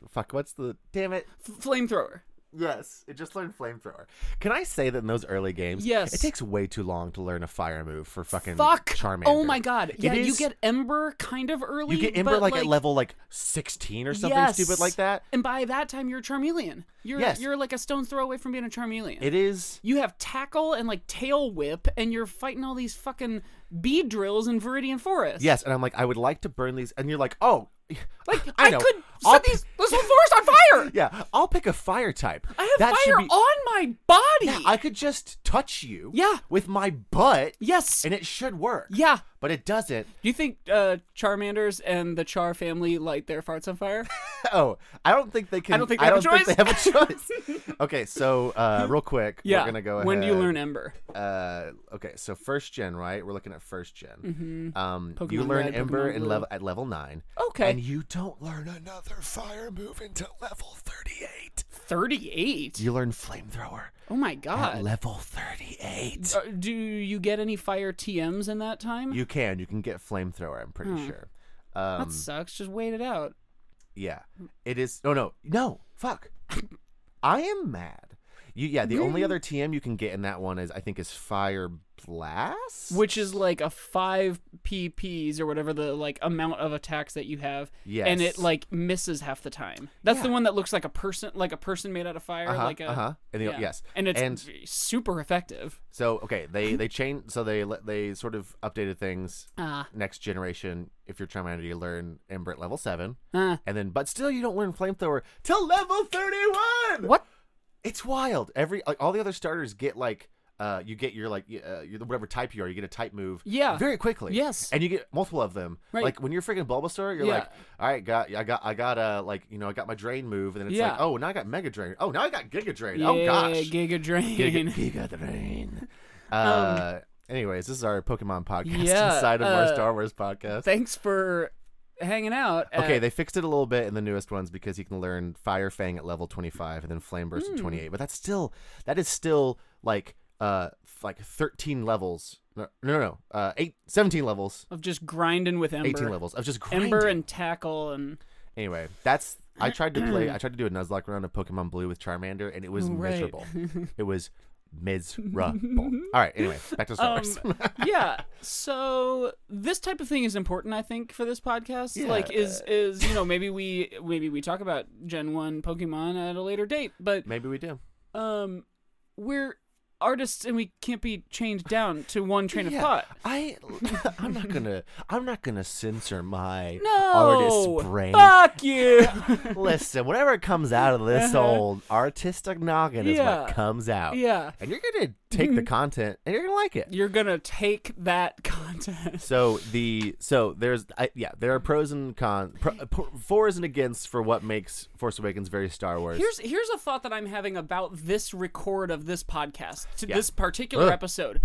Speaker 2: fuck. What's the? Damn it.
Speaker 1: F- flamethrower.
Speaker 2: Yes, it just learned flamethrower. Can I say that in those early games?
Speaker 1: Yes.
Speaker 2: It takes way too long to learn a fire move for fucking
Speaker 1: Fuck.
Speaker 2: Charmander.
Speaker 1: Oh my god. Yeah, you
Speaker 2: is-
Speaker 1: get Ember kind of early.
Speaker 2: You get Ember
Speaker 1: but,
Speaker 2: like,
Speaker 1: like
Speaker 2: at level like sixteen or something
Speaker 1: yes.
Speaker 2: stupid like that.
Speaker 1: And by that time you're a Charmeleon. You're
Speaker 2: Yes.
Speaker 1: you're like a stone's throw away from being a Charmeleon.
Speaker 2: It is.
Speaker 1: you have tackle and like tail whip and you're fighting all these fucking bee drills in Viridian Forest.
Speaker 2: Yes, and I'm like, I would like to burn these, and you're like, oh,
Speaker 1: Like
Speaker 2: I
Speaker 1: I,
Speaker 2: know.
Speaker 1: could set
Speaker 2: I'll-
Speaker 1: these this whole forest on fire.
Speaker 2: yeah, I'll pick a fire type.
Speaker 1: I have
Speaker 2: that should
Speaker 1: fire
Speaker 2: be,
Speaker 1: on my body.
Speaker 2: I could just touch you.
Speaker 1: Yeah.
Speaker 2: With my butt,
Speaker 1: yes.
Speaker 2: and it should work.
Speaker 1: yeah.
Speaker 2: But it doesn't.
Speaker 1: Do you think uh, Charmanders and the Char family light their farts on fire?
Speaker 2: Oh, I don't think they can.
Speaker 1: don't think they have a
Speaker 2: they have a choice. okay, so uh, real quick,
Speaker 1: yeah.
Speaker 2: we're gonna go.
Speaker 1: When do you
Speaker 2: ahead.
Speaker 1: learn Ember?
Speaker 2: Uh, okay, so first gen, right? We're looking at first general Um, you
Speaker 1: Mm-hmm. Pokemon
Speaker 2: learn
Speaker 1: Red,
Speaker 2: Ember
Speaker 1: Pokemon
Speaker 2: in
Speaker 1: Blue.
Speaker 2: level at level nine.
Speaker 1: Okay.
Speaker 2: And you don't learn another fire move until level thirty-eight.
Speaker 1: 38.
Speaker 2: You learn flamethrower
Speaker 1: Oh my
Speaker 2: at
Speaker 1: god.
Speaker 2: level thirty-eight.
Speaker 1: Uh, do you get any fire TMs in that time?
Speaker 2: You can. You can get flamethrower. I'm
Speaker 1: hmm.
Speaker 2: pretty sure.
Speaker 1: that
Speaker 2: Um,
Speaker 1: sucks. Just wait it out.
Speaker 2: yeah.
Speaker 1: Mm.
Speaker 2: It is. No, no, no. Fuck. I am mad. You, yeah. The only other TM you can get in that one is I think is fire blast.
Speaker 1: Which is like a five PPs or whatever the like amount of attacks that you have. And
Speaker 2: Yes.
Speaker 1: it like misses half the time. That's the
Speaker 2: Yeah.
Speaker 1: one that looks like a person, like a person made out of fire,
Speaker 2: uh-huh,
Speaker 1: like a.
Speaker 2: uh-huh. And the,
Speaker 1: yeah.
Speaker 2: yes.
Speaker 1: and it's
Speaker 2: and
Speaker 1: v- super effective.
Speaker 2: so okay. They they changed. So they let- they sort of updated things.
Speaker 1: Ah,
Speaker 2: Next generation. If you're Charmander, you learn Ember at level seven,
Speaker 1: ah.
Speaker 2: and then but still you don't learn flamethrower till level thirty-one.
Speaker 1: What?
Speaker 2: It's wild. Every like all the other starters get like uh you get your like y- uh, your, whatever type you are, you get a type move.
Speaker 1: Yeah.
Speaker 2: Very quickly.
Speaker 1: Yes.
Speaker 2: And you get multiple of them.
Speaker 1: Right.
Speaker 2: Like when you're freaking Bulbasaur, you're
Speaker 1: Yeah.
Speaker 2: like, all right, got I got I got uh like you know I got my drain move, and then it's like
Speaker 1: Yeah.
Speaker 2: oh now I got Mega Drain. Oh now I got Giga Drain.
Speaker 1: yeah,
Speaker 2: oh gosh.
Speaker 1: Giga Drain. Um.
Speaker 2: Giga, Giga Drain. Uh, anyways, this is our Pokemon podcast
Speaker 1: Yeah,
Speaker 2: inside of our
Speaker 1: uh,
Speaker 2: Star Wars podcast.
Speaker 1: Thanks for hanging out. at-
Speaker 2: Okay, they fixed it a little bit in the newest ones because you can learn Fire Fang at level 25 and then Flame Burst
Speaker 1: Hmm.
Speaker 2: at 28. But that's still that is still like uh f- like 13 levels. No, no, no. Uh 8 17 levels.
Speaker 1: of just grinding with Ember.
Speaker 2: 18 levels of just grinding.
Speaker 1: Ember and tackle and
Speaker 2: anyway, that's I tried to play I tried to do a Nuzlocke round of Pokemon Blue with Charmander and it was
Speaker 1: Right.
Speaker 2: miserable. it was miserable. All right, anyway, back to Star
Speaker 1: Um,
Speaker 2: Wars.
Speaker 1: yeah. So this type of thing is important, I think, for this podcast.
Speaker 2: Yeah.
Speaker 1: Like, is is you know maybe we maybe we talk about Gen One Pokemon at a later date, but
Speaker 2: Maybe we do.
Speaker 1: um, we're artists and we can't be chained down to one train of
Speaker 2: Yeah,
Speaker 1: thought.
Speaker 2: I I'm not going to I'm not going to censor my
Speaker 1: No,
Speaker 2: artist brain.
Speaker 1: fuck you.
Speaker 2: Listen, whatever comes out of this old artistic noggin is what
Speaker 1: Uh-huh. Yeah.
Speaker 2: comes out.
Speaker 1: yeah, Mm-hmm.
Speaker 2: And you're gonna take the content and you're gonna like it.
Speaker 1: you're gonna take that content.
Speaker 2: So the so there's I, yeah there are pros and cons pro, pro, fours and against for what makes Force Awakens very Star Wars.
Speaker 1: Here's here's a thought that I'm having about this record of this podcast, to
Speaker 2: Yeah.
Speaker 1: this particular
Speaker 2: Ugh.
Speaker 1: episode.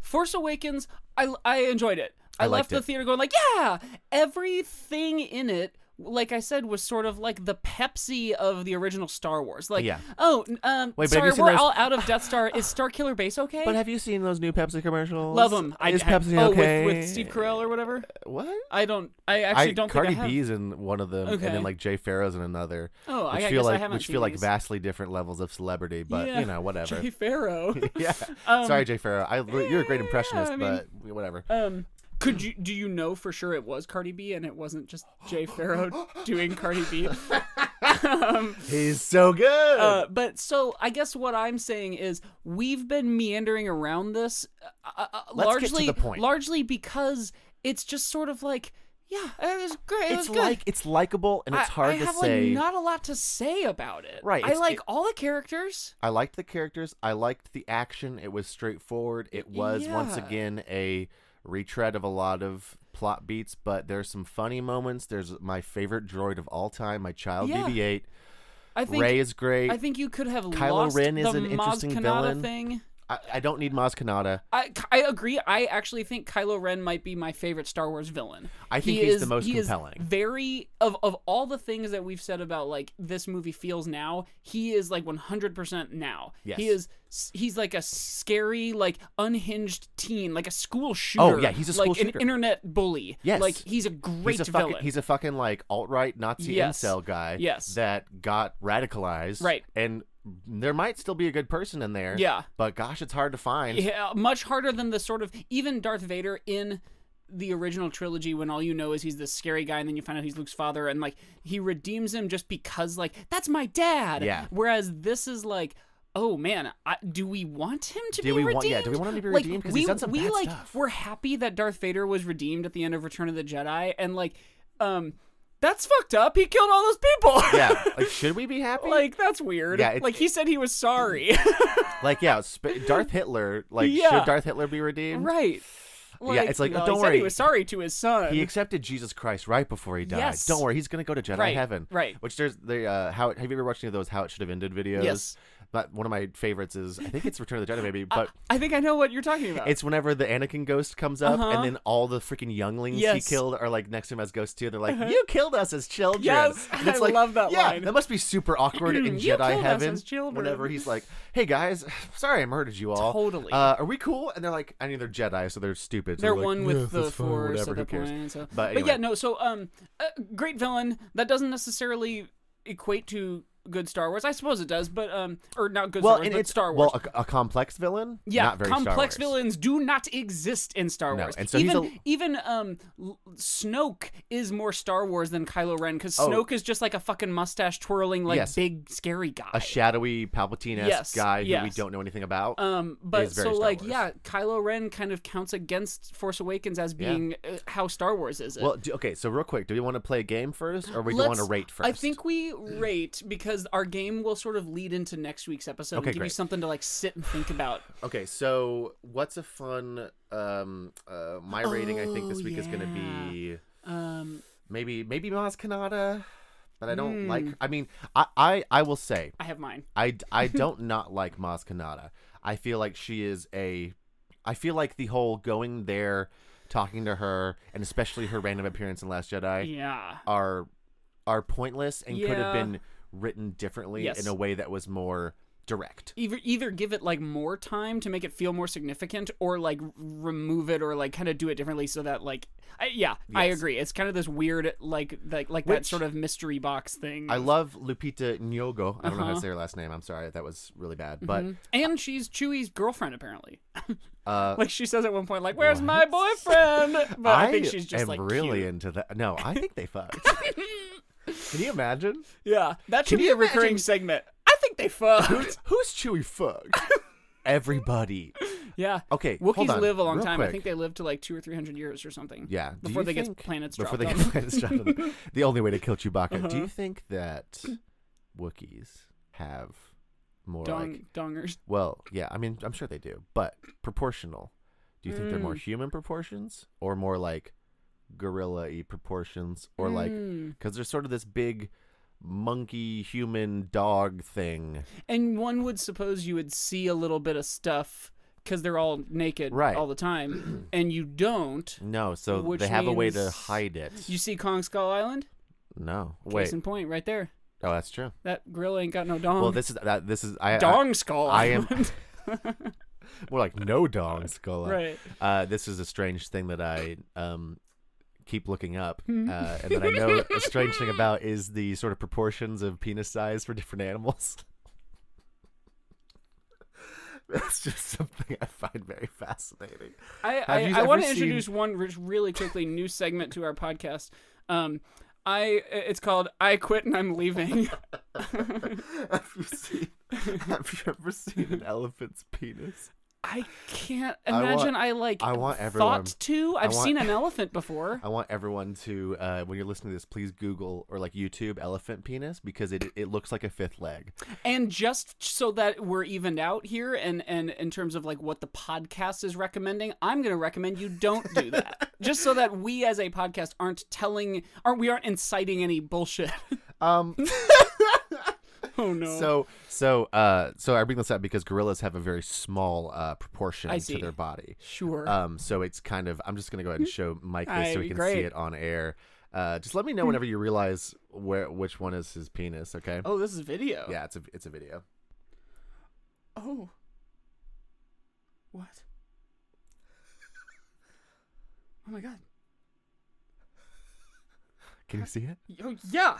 Speaker 1: Force Awakens, I I enjoyed it. I,
Speaker 2: I
Speaker 1: left
Speaker 2: liked
Speaker 1: the
Speaker 2: it.
Speaker 1: theater going like, yeah, everything in it like I said, was sort of like the Pepsi of the original Star Wars. Like,
Speaker 2: Yeah.
Speaker 1: oh, n- um,
Speaker 2: Wait, but have
Speaker 1: sorry,
Speaker 2: you seen
Speaker 1: we're
Speaker 2: those-
Speaker 1: all out of Death Star. Is Star Killer Base okay?
Speaker 2: But have you seen those new Pepsi commercials?
Speaker 1: Love them. I
Speaker 2: Is
Speaker 1: I-
Speaker 2: Pepsi
Speaker 1: oh,
Speaker 2: okay?
Speaker 1: With, with Steve Carell or whatever.
Speaker 2: What?
Speaker 1: I don't. I actually
Speaker 2: I,
Speaker 1: don't
Speaker 2: Cardi
Speaker 1: think I have.
Speaker 2: B's in one of them, and
Speaker 1: Okay.
Speaker 2: then like Jay Farrow's in another.
Speaker 1: Oh, I-
Speaker 2: which
Speaker 1: I
Speaker 2: feel
Speaker 1: guess I
Speaker 2: like
Speaker 1: haven't
Speaker 2: which
Speaker 1: seen
Speaker 2: feel like
Speaker 1: these.
Speaker 2: vastly different levels of celebrity, but
Speaker 1: Yeah.
Speaker 2: you know whatever.
Speaker 1: Jay Farrow.
Speaker 2: yeah.
Speaker 1: Um,
Speaker 2: Sorry, Jay Farrow. I you're a great
Speaker 1: yeah,
Speaker 2: impressionist,
Speaker 1: I mean-
Speaker 2: but whatever.
Speaker 1: Um, could you do you know for sure it was Cardi B and it wasn't just Jay Farrow doing Cardi B? um,
Speaker 2: He's so good.
Speaker 1: uh, but so I guess what I'm saying is we've been meandering around this uh, uh,
Speaker 2: Let's get to
Speaker 1: largely
Speaker 2: the point.
Speaker 1: largely because it's just sort of like yeah it was great it was
Speaker 2: it's
Speaker 1: good.
Speaker 2: like it's likable and
Speaker 1: I-
Speaker 2: it's hard
Speaker 1: I
Speaker 2: to
Speaker 1: have
Speaker 2: say.
Speaker 1: like not a lot to say about it.
Speaker 2: Right,
Speaker 1: I
Speaker 2: it's-
Speaker 1: like
Speaker 2: it-
Speaker 1: all the characters.
Speaker 2: I liked the characters. I liked the action. It was straightforward. It was once
Speaker 1: yeah.
Speaker 2: again a retread of a lot of plot beats, but there's some funny moments. There's my favorite droid of all time, my child
Speaker 1: Yeah.
Speaker 2: BB-8.
Speaker 1: I think
Speaker 2: Ray is great.
Speaker 1: I think you could have
Speaker 2: Kylo
Speaker 1: lost
Speaker 2: Ren is
Speaker 1: the
Speaker 2: an
Speaker 1: Maz
Speaker 2: interesting
Speaker 1: Kanata
Speaker 2: villain.
Speaker 1: thing.
Speaker 2: I, I don't need Maz Kanata.
Speaker 1: I, I agree. I actually think Kylo Ren might be my favorite Star Wars villain.
Speaker 2: I think
Speaker 1: He
Speaker 2: he's
Speaker 1: is-
Speaker 2: the most
Speaker 1: he is
Speaker 2: compelling.
Speaker 1: very of of all the things that we've said about like this movie feels now. He is like one hundred percent now.
Speaker 2: Yes.
Speaker 1: He is. He's like a scary, like unhinged teen, like a school shooter.
Speaker 2: Oh, yeah, he's a school
Speaker 1: like
Speaker 2: shooter.
Speaker 1: an internet bully.
Speaker 2: Yes.
Speaker 1: like he's a great
Speaker 2: He's a fucking
Speaker 1: villain.
Speaker 2: he's a fucking like alt right Nazi
Speaker 1: Yes.
Speaker 2: incel guy.
Speaker 1: Yes.
Speaker 2: that got radicalized.
Speaker 1: Right.
Speaker 2: and there might still be a good person in there.
Speaker 1: Yeah.
Speaker 2: but gosh, it's hard to find.
Speaker 1: Yeah, much harder than the sort of even Darth Vader in the original trilogy when all you know is he's this scary guy and then you find out he's Luke's father and like he redeems him just because like that's my dad.
Speaker 2: Yeah.
Speaker 1: Whereas this is like oh man, I, do we want him to
Speaker 2: Do
Speaker 1: be
Speaker 2: we
Speaker 1: redeemed?
Speaker 2: want- yeah, do we want him to be
Speaker 1: Like,
Speaker 2: redeemed? 'Cause
Speaker 1: we,
Speaker 2: he's done some
Speaker 1: we
Speaker 2: bad
Speaker 1: like
Speaker 2: stuff.
Speaker 1: we're happy that Darth Vader was redeemed at the end of Return of the Jedi and like um that's fucked up. He killed all those people.
Speaker 2: yeah, like should we be happy?
Speaker 1: like that's weird.
Speaker 2: Yeah, it's-
Speaker 1: like he said he was sorry.
Speaker 2: Like, yeah, sp- Darth Hitler. Like,
Speaker 1: Yeah.
Speaker 2: should Darth Hitler be redeemed?
Speaker 1: Right.
Speaker 2: it's like,
Speaker 1: well,
Speaker 2: don't
Speaker 1: he said he
Speaker 2: worry.
Speaker 1: was sorry to his son.
Speaker 2: He accepted Jesus Christ right before he died.
Speaker 1: Yes.
Speaker 2: Don't worry, he's gonna go to Jedi
Speaker 1: Right,
Speaker 2: heaven.
Speaker 1: right.
Speaker 2: Which there's the uh, how have you ever watched any of those How It Should Have Ended videos?
Speaker 1: Yes. Uh,
Speaker 2: But one of my favorites is I think it's Return of the Jedi maybe, but
Speaker 1: I think I know what you're talking about.
Speaker 2: it's whenever the Anakin ghost comes up
Speaker 1: Uh, Uh-huh.
Speaker 2: and then all the freaking younglings he
Speaker 1: Yes. Uh-huh.
Speaker 2: killed are like next to him as ghosts too. They're like, "You killed us as children."
Speaker 1: Yes,
Speaker 2: and it's
Speaker 1: I
Speaker 2: like,
Speaker 1: love that
Speaker 2: yeah,
Speaker 1: line.
Speaker 2: That must be super awkward in
Speaker 1: You
Speaker 2: Jedi
Speaker 1: killed us
Speaker 2: heaven.
Speaker 1: as children.
Speaker 2: Whenever he's like, "Hey guys, sorry I murdered you all."
Speaker 1: Totally.
Speaker 2: Uh, are we cool? And they're like, "I mean, they're Jedi, so they're stupid." So
Speaker 1: they're
Speaker 2: like,
Speaker 1: one
Speaker 2: "Yeah,
Speaker 1: with the
Speaker 2: that's fine,
Speaker 1: force
Speaker 2: whatever,
Speaker 1: at
Speaker 2: who
Speaker 1: that
Speaker 2: cares?"
Speaker 1: point. So.
Speaker 2: But
Speaker 1: yeah,
Speaker 2: anyway.
Speaker 1: no. So um, uh, great villain that doesn't necessarily equate to good Star Wars. I suppose it does, but um, or not good
Speaker 2: well,
Speaker 1: Star Wars,
Speaker 2: and
Speaker 1: but
Speaker 2: it's
Speaker 1: Star Wars.
Speaker 2: Well, a, a complex villain.
Speaker 1: yeah,
Speaker 2: not very Star
Speaker 1: complex
Speaker 2: Wars.
Speaker 1: villains do not exist in Star
Speaker 2: No,
Speaker 1: Wars.
Speaker 2: and so he's
Speaker 1: even
Speaker 2: a-
Speaker 1: even um, L- Snoke is more Star Wars than Kylo Ren because
Speaker 2: Oh.
Speaker 1: Snoke is just like a fucking mustache twirling like
Speaker 2: Yes.
Speaker 1: big scary guy.
Speaker 2: A shadowy Palpatine-esque
Speaker 1: Yes,
Speaker 2: guy who we
Speaker 1: yes.
Speaker 2: don't know anything about.
Speaker 1: Um, but
Speaker 2: is very
Speaker 1: so
Speaker 2: Star
Speaker 1: like
Speaker 2: Wars.
Speaker 1: yeah, Kylo Ren kind of counts against Force Awakens as being uh, how Star Wars is. It.
Speaker 2: well, do, okay, so real quick, do we want to play a game first, or we do
Speaker 1: Let's-
Speaker 2: want to rate first?
Speaker 1: I think we rate because our game will sort of lead into next week's episode
Speaker 2: Okay,
Speaker 1: and give you
Speaker 2: great.
Speaker 1: something to like sit and think about.
Speaker 2: Okay, so what's a fun um uh my rating I think this
Speaker 1: Oh,
Speaker 2: week is gonna
Speaker 1: yeah.
Speaker 2: be
Speaker 1: Um,
Speaker 2: maybe maybe Maz Kanata. But I don't
Speaker 1: Hmm.
Speaker 2: like I mean I, I I will say
Speaker 1: I have mine.
Speaker 2: I I don't not like Maz Kanata. I feel like she is a I feel like the whole going there, talking to her, and especially her random appearance in Last Jedi
Speaker 1: Yeah.
Speaker 2: are are pointless and could have
Speaker 1: Yeah.
Speaker 2: been written differently
Speaker 1: Yes.
Speaker 2: in a way that was more direct.
Speaker 1: Either either give it like more time to make it feel more significant, or like r- remove it, or like kind of do it differently so that like I, yeah, I
Speaker 2: Yes.
Speaker 1: agree. It's kind of this weird like like like that
Speaker 2: Which-
Speaker 1: sort of mystery box thing.
Speaker 2: I love Lupita Nyong'o. I don't
Speaker 1: Uh-huh.
Speaker 2: know how to
Speaker 1: Mm-hmm.
Speaker 2: say her last name. I'm sorry, that was really bad. But
Speaker 1: and she's Chewie's girlfriend apparently.
Speaker 2: uh,
Speaker 1: like she says at one point, like, "Where's my boyfriend?" But I, think she's just
Speaker 2: am
Speaker 1: like
Speaker 2: really
Speaker 1: cute.
Speaker 2: into that. No, I think they fucked. Can you imagine?
Speaker 1: yeah. That should
Speaker 2: Can
Speaker 1: be
Speaker 2: you
Speaker 1: a recurring
Speaker 2: imagine-
Speaker 1: segment. I think they fucked.
Speaker 2: Who's Chewy fucked? Everybody.
Speaker 1: yeah.
Speaker 2: Okay,
Speaker 1: Wookiees
Speaker 2: hold on,
Speaker 1: live a long
Speaker 2: real
Speaker 1: time. I
Speaker 2: quick.
Speaker 1: think they live to like two or three hundred years or something.
Speaker 2: Yeah. do
Speaker 1: Before
Speaker 2: you
Speaker 1: they get
Speaker 2: think-
Speaker 1: planets
Speaker 2: Before
Speaker 1: dropped
Speaker 2: they
Speaker 1: on Uh-huh.
Speaker 2: get planets dropped. on them. The only way to kill Chewbacca. Do you think that Wookiees have more
Speaker 1: Dong
Speaker 2: like?
Speaker 1: dongers.
Speaker 2: Well, yeah. I mean, I'm sure they do, but proportional. Do you think they're more
Speaker 1: Mm.
Speaker 2: human proportions or more like gorilla-y proportions or like
Speaker 1: Mm.
Speaker 2: because there's sort of this big monkey human dog thing
Speaker 1: And one would suppose you would see a little bit of stuff because they're all naked
Speaker 2: Right.
Speaker 1: all the time, and you don't.
Speaker 2: no so
Speaker 1: Which
Speaker 2: they have a way to
Speaker 1: means-
Speaker 2: hide it
Speaker 1: You see Kong Skull Island?
Speaker 2: No.
Speaker 1: Case
Speaker 2: Wait.
Speaker 1: in point, right there.
Speaker 2: Oh, that's true.
Speaker 1: That grill ain't got no dong.
Speaker 2: Well, this is that. This is I. I
Speaker 1: dong skull.
Speaker 2: I am-
Speaker 1: Island.
Speaker 2: more like no dong skull.
Speaker 1: right.
Speaker 2: Uh, this is a strange thing that I um keep looking up, uh, and that I know a strange thing about is the sort of proportions of penis size for different animals. That's just something I find very fascinating.
Speaker 1: I,
Speaker 2: you
Speaker 1: I, I
Speaker 2: ever
Speaker 1: want to
Speaker 2: seen-
Speaker 1: introduce one re- really quickly new segment to our podcast. Um, I it's called "I Quit and I'm Leaving."
Speaker 2: have you seen? Have you ever seen an elephant's penis?
Speaker 1: I can't
Speaker 2: want-
Speaker 1: imagine I, like.
Speaker 2: I want everyone.
Speaker 1: thought to. I've
Speaker 2: want-
Speaker 1: seen an elephant before.
Speaker 2: I want everyone to, uh, when you're listening to this, please Google or like YouTube elephant penis because it it looks like a fifth leg.
Speaker 1: and just so that we're evened out here and and in terms of like what the podcast is recommending i'm going to recommend you don't do that just so that we as a podcast aren't telling aren't we aren't inciting any bullshit
Speaker 2: Um,
Speaker 1: oh no
Speaker 2: so so uh, so I bring this up because gorillas have a very small uh, proportion
Speaker 1: I
Speaker 2: to
Speaker 1: see.
Speaker 2: their body.
Speaker 1: sure
Speaker 2: Um, so it's kind of I'm just gonna go ahead and show Mike this so
Speaker 1: Aye,
Speaker 2: he can see
Speaker 1: great. Hmm.
Speaker 2: it on air. Uh, just let me know whenever you realize where which one is his penis. Okay.
Speaker 1: oh this is video
Speaker 2: Yeah, it's a it's a video.
Speaker 1: oh what oh my god
Speaker 2: Can you see it?
Speaker 1: oh yeah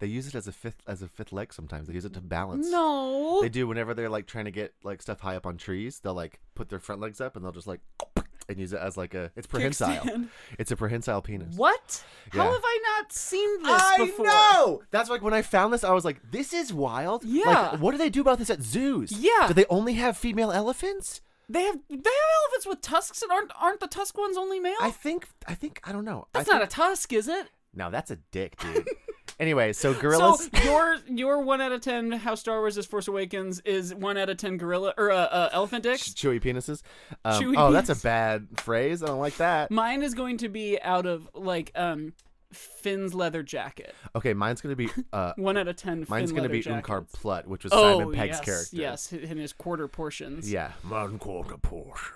Speaker 2: They use it as a fifth as a fifth leg sometimes. They use it to balance.
Speaker 1: no
Speaker 2: They do whenever they're like trying to get like stuff high up on trees. They'll like put their front legs up and they'll just like and use it as like a it's prehensile.
Speaker 1: Kickstand.
Speaker 2: It's a prehensile penis.
Speaker 1: what
Speaker 2: Yeah.
Speaker 1: how have i not seen this before
Speaker 2: know. That's like when I found this, I was like, "This is wild."
Speaker 1: Yeah.
Speaker 2: Like, what do they do about this at zoos?
Speaker 1: Yeah.
Speaker 2: Do they only have female elephants?
Speaker 1: They have they have elephants with tusks and aren't aren't the tusk ones only male?
Speaker 2: I think. I think. I don't know.
Speaker 1: Oh. That's
Speaker 2: I
Speaker 1: not a tusk, is it?
Speaker 2: A- no, that's a dick, dude. anyway, so gorillas.
Speaker 1: So your your one out of ten how Star Wars is Force Awakens is one out of ten gorilla or uh, uh, elephant dicks.
Speaker 2: Chewy penises. Um,
Speaker 1: Chewy
Speaker 2: oh, that's
Speaker 1: penis.
Speaker 2: a bad phrase. I don't like that.
Speaker 1: Mine is going to be out of like um Finn's leather jacket.
Speaker 2: Okay, mine's gonna be uh,
Speaker 1: One out of ten.
Speaker 2: Mine's
Speaker 1: Finn
Speaker 2: going to
Speaker 1: leather
Speaker 2: be
Speaker 1: jacket.
Speaker 2: Unkar Plutt, which was
Speaker 1: Oh
Speaker 2: Simon Pegg's
Speaker 1: yes,
Speaker 2: character.
Speaker 1: yes, in his quarter portions.
Speaker 2: Yeah. Man called a Porsche.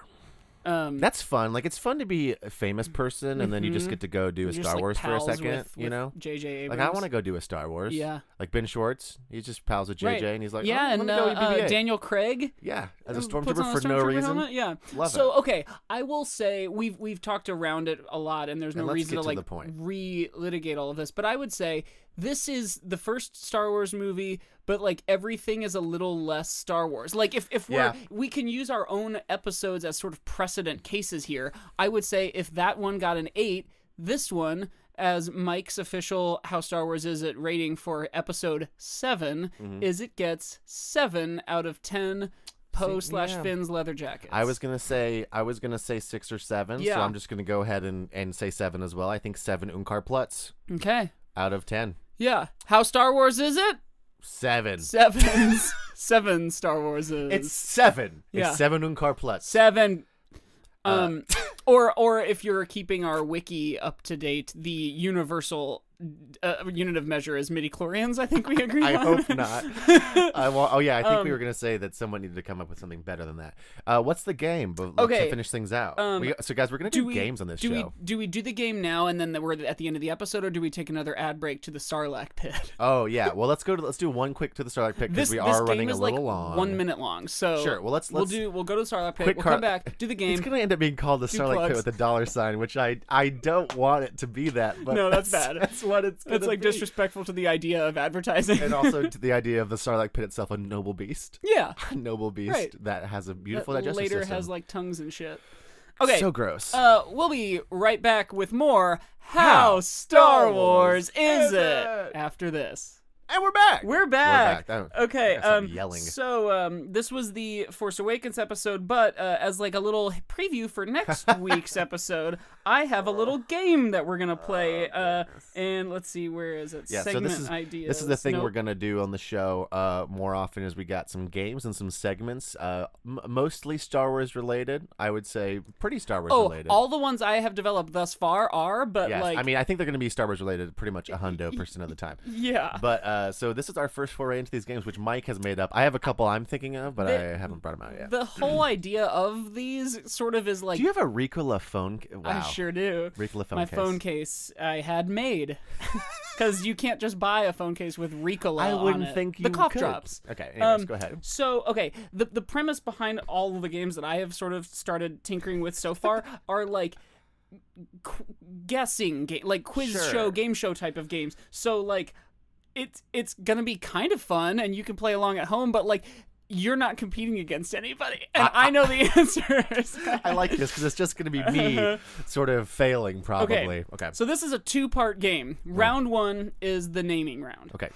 Speaker 1: Um,
Speaker 2: That's fun. Like, it's fun to be a famous person, and then you just get to go do a
Speaker 1: Mm-hmm. you're just,
Speaker 2: Star
Speaker 1: like,
Speaker 2: Wars for a
Speaker 1: pals
Speaker 2: second,
Speaker 1: with-
Speaker 2: you
Speaker 1: with
Speaker 2: know?
Speaker 1: JJ Abrams.
Speaker 2: Like, I want to go do a Star Wars.
Speaker 1: Yeah.
Speaker 2: Like, Ben Schwartz, he's just pals with JJ,
Speaker 1: Right.
Speaker 2: and he's like,
Speaker 1: yeah,
Speaker 2: oh, let
Speaker 1: and
Speaker 2: me
Speaker 1: uh,
Speaker 2: go EBA.
Speaker 1: uh, Daniel Craig.
Speaker 2: yeah, as a
Speaker 1: puts
Speaker 2: stormtrooper
Speaker 1: on a
Speaker 2: for no
Speaker 1: stormtrooper
Speaker 2: reason.
Speaker 1: helmet? Yeah.
Speaker 2: Love
Speaker 1: so okay, I will say we've we've talked around it a lot, and there's no
Speaker 2: And let's
Speaker 1: reason
Speaker 2: get
Speaker 1: to
Speaker 2: to
Speaker 1: like
Speaker 2: the point.
Speaker 1: relitigate all of this. But I would say this is the first Star Wars movie, but like everything is a little less Star Wars. Like if if we're
Speaker 2: Yeah.
Speaker 1: we can use our own episodes as sort of precedent cases here. I would say if that one got an eight, this one. As Mike's official How Star Wars Is It rating for episode 7
Speaker 2: Mm-hmm.
Speaker 1: is it gets seven out of ten Poe slash
Speaker 2: yeah.
Speaker 1: Finn's leather jackets.
Speaker 2: I was gonna say I was gonna say six or seven, so
Speaker 1: Yeah.
Speaker 2: I'm just gonna go ahead and, and say seven as well. I think seven Unkar Plutts
Speaker 1: Okay.
Speaker 2: out of ten.
Speaker 1: Yeah. How Star Wars is it?
Speaker 2: Seven.
Speaker 1: Sevens. Seven Star Wars is.
Speaker 2: It's seven.
Speaker 1: Yeah.
Speaker 2: It's seven Unkar Plutts.
Speaker 1: seven.
Speaker 2: Uh,
Speaker 1: Um, or or if you're keeping our wiki up to date, the universal uh, unit of measure is midi chlorians. I think we agree.
Speaker 2: I
Speaker 1: on.
Speaker 2: hope not. I wa- oh yeah, I
Speaker 1: Um,
Speaker 2: think we were gonna say that someone needed to come up with something better than that. Uh, what's the game? But like, to
Speaker 1: Okay, Um,
Speaker 2: finish things out. we, so guys, we're gonna do,
Speaker 1: Do we-
Speaker 2: games on this
Speaker 1: do
Speaker 2: show.
Speaker 1: We, do we do the game now and then we're at the end of the episode, or do we take another ad break to the Sarlacc pit?
Speaker 2: Oh yeah. Well, let's go to let's do one quick to the Starlight pick
Speaker 1: This
Speaker 2: because we
Speaker 1: this
Speaker 2: are
Speaker 1: game
Speaker 2: running
Speaker 1: is
Speaker 2: a little
Speaker 1: like
Speaker 2: long.
Speaker 1: one minute long. So
Speaker 2: Sure, well, let's-
Speaker 1: we'll
Speaker 2: let's-
Speaker 1: do we'll go to the Sarlacc pit.
Speaker 2: Quick
Speaker 1: We'll
Speaker 2: car-
Speaker 1: come back do the
Speaker 2: It's
Speaker 1: game.
Speaker 2: gonna end up being called the Starlight Pit
Speaker 1: plugs.
Speaker 2: with the dollar sign, which I I don't want it to be that. But
Speaker 1: No, that's bad.
Speaker 2: That's what it's. Gonna
Speaker 1: That's like
Speaker 2: be.
Speaker 1: disrespectful to the idea of advertising.
Speaker 2: and also to the idea of the Starlight Pit itself, a noble beast,
Speaker 1: yeah.
Speaker 2: a noble beast
Speaker 1: Right.
Speaker 2: that has a beautiful
Speaker 1: that
Speaker 2: digestive
Speaker 1: later
Speaker 2: system.
Speaker 1: has like tongues and shit. Okay.
Speaker 2: so gross.
Speaker 1: uh, we'll be right back with more How, Star
Speaker 2: How Star Wars
Speaker 1: Wars Is
Speaker 2: Is
Speaker 1: It?
Speaker 2: It?
Speaker 1: After this.
Speaker 2: and we're back.
Speaker 1: We're back.
Speaker 2: back. I-
Speaker 1: Okay.
Speaker 2: I gotta stop
Speaker 1: Um,
Speaker 2: yelling.
Speaker 1: So um, this was the Force Awakens episode, but uh, as like a little preview for next week's episode, I have a little game that we're gonna play. Uh, and let's see, where is it?
Speaker 2: Oh, Yeah,
Speaker 1: Segment
Speaker 2: so this is
Speaker 1: ideas.
Speaker 2: this is the thing
Speaker 1: Nope.
Speaker 2: we're gonna do on the show uh, more often is we got some games and some segments, uh, m- mostly Star Wars related. I would say pretty Star Wars
Speaker 1: Oh,
Speaker 2: related.
Speaker 1: all the ones I have developed thus far are, but
Speaker 2: yes,
Speaker 1: like,
Speaker 2: I mean I think they're gonna be Star Wars related pretty much a hundo percent of the time.
Speaker 1: yeah,
Speaker 2: But uh, Uh, so this is our first foray into these games, which Mike has made up. I have a couple I'm thinking of, but
Speaker 1: The-
Speaker 2: I haven't brought them out yet.
Speaker 1: The whole idea of these sort of is like
Speaker 2: Do you have a Ricola phone? ca- Wow,
Speaker 1: I sure do.
Speaker 2: Ricola phone
Speaker 1: My
Speaker 2: case.
Speaker 1: phone case I had made because you can't just buy a phone case with Ricola.
Speaker 2: I
Speaker 1: on
Speaker 2: wouldn't
Speaker 1: it.
Speaker 2: think you
Speaker 1: the cough
Speaker 2: could.
Speaker 1: drops.
Speaker 2: Okay, anyways,
Speaker 1: Um,
Speaker 2: go ahead.
Speaker 1: So okay, the the premise behind all of the games that I have sort of started tinkering with so far are like qu- guessing game, like quiz
Speaker 2: Sure.
Speaker 1: show, game show type of games. So like, it's it's gonna be kind of fun, and you can play along at home, but like. You're not competing against anybody, and I, know the answers.
Speaker 2: I like this because it's just going to be me sort of failing probably. Okay.
Speaker 1: Okay.
Speaker 2: Okay,
Speaker 1: So this is a two-part game. Round one is the naming round.
Speaker 2: great.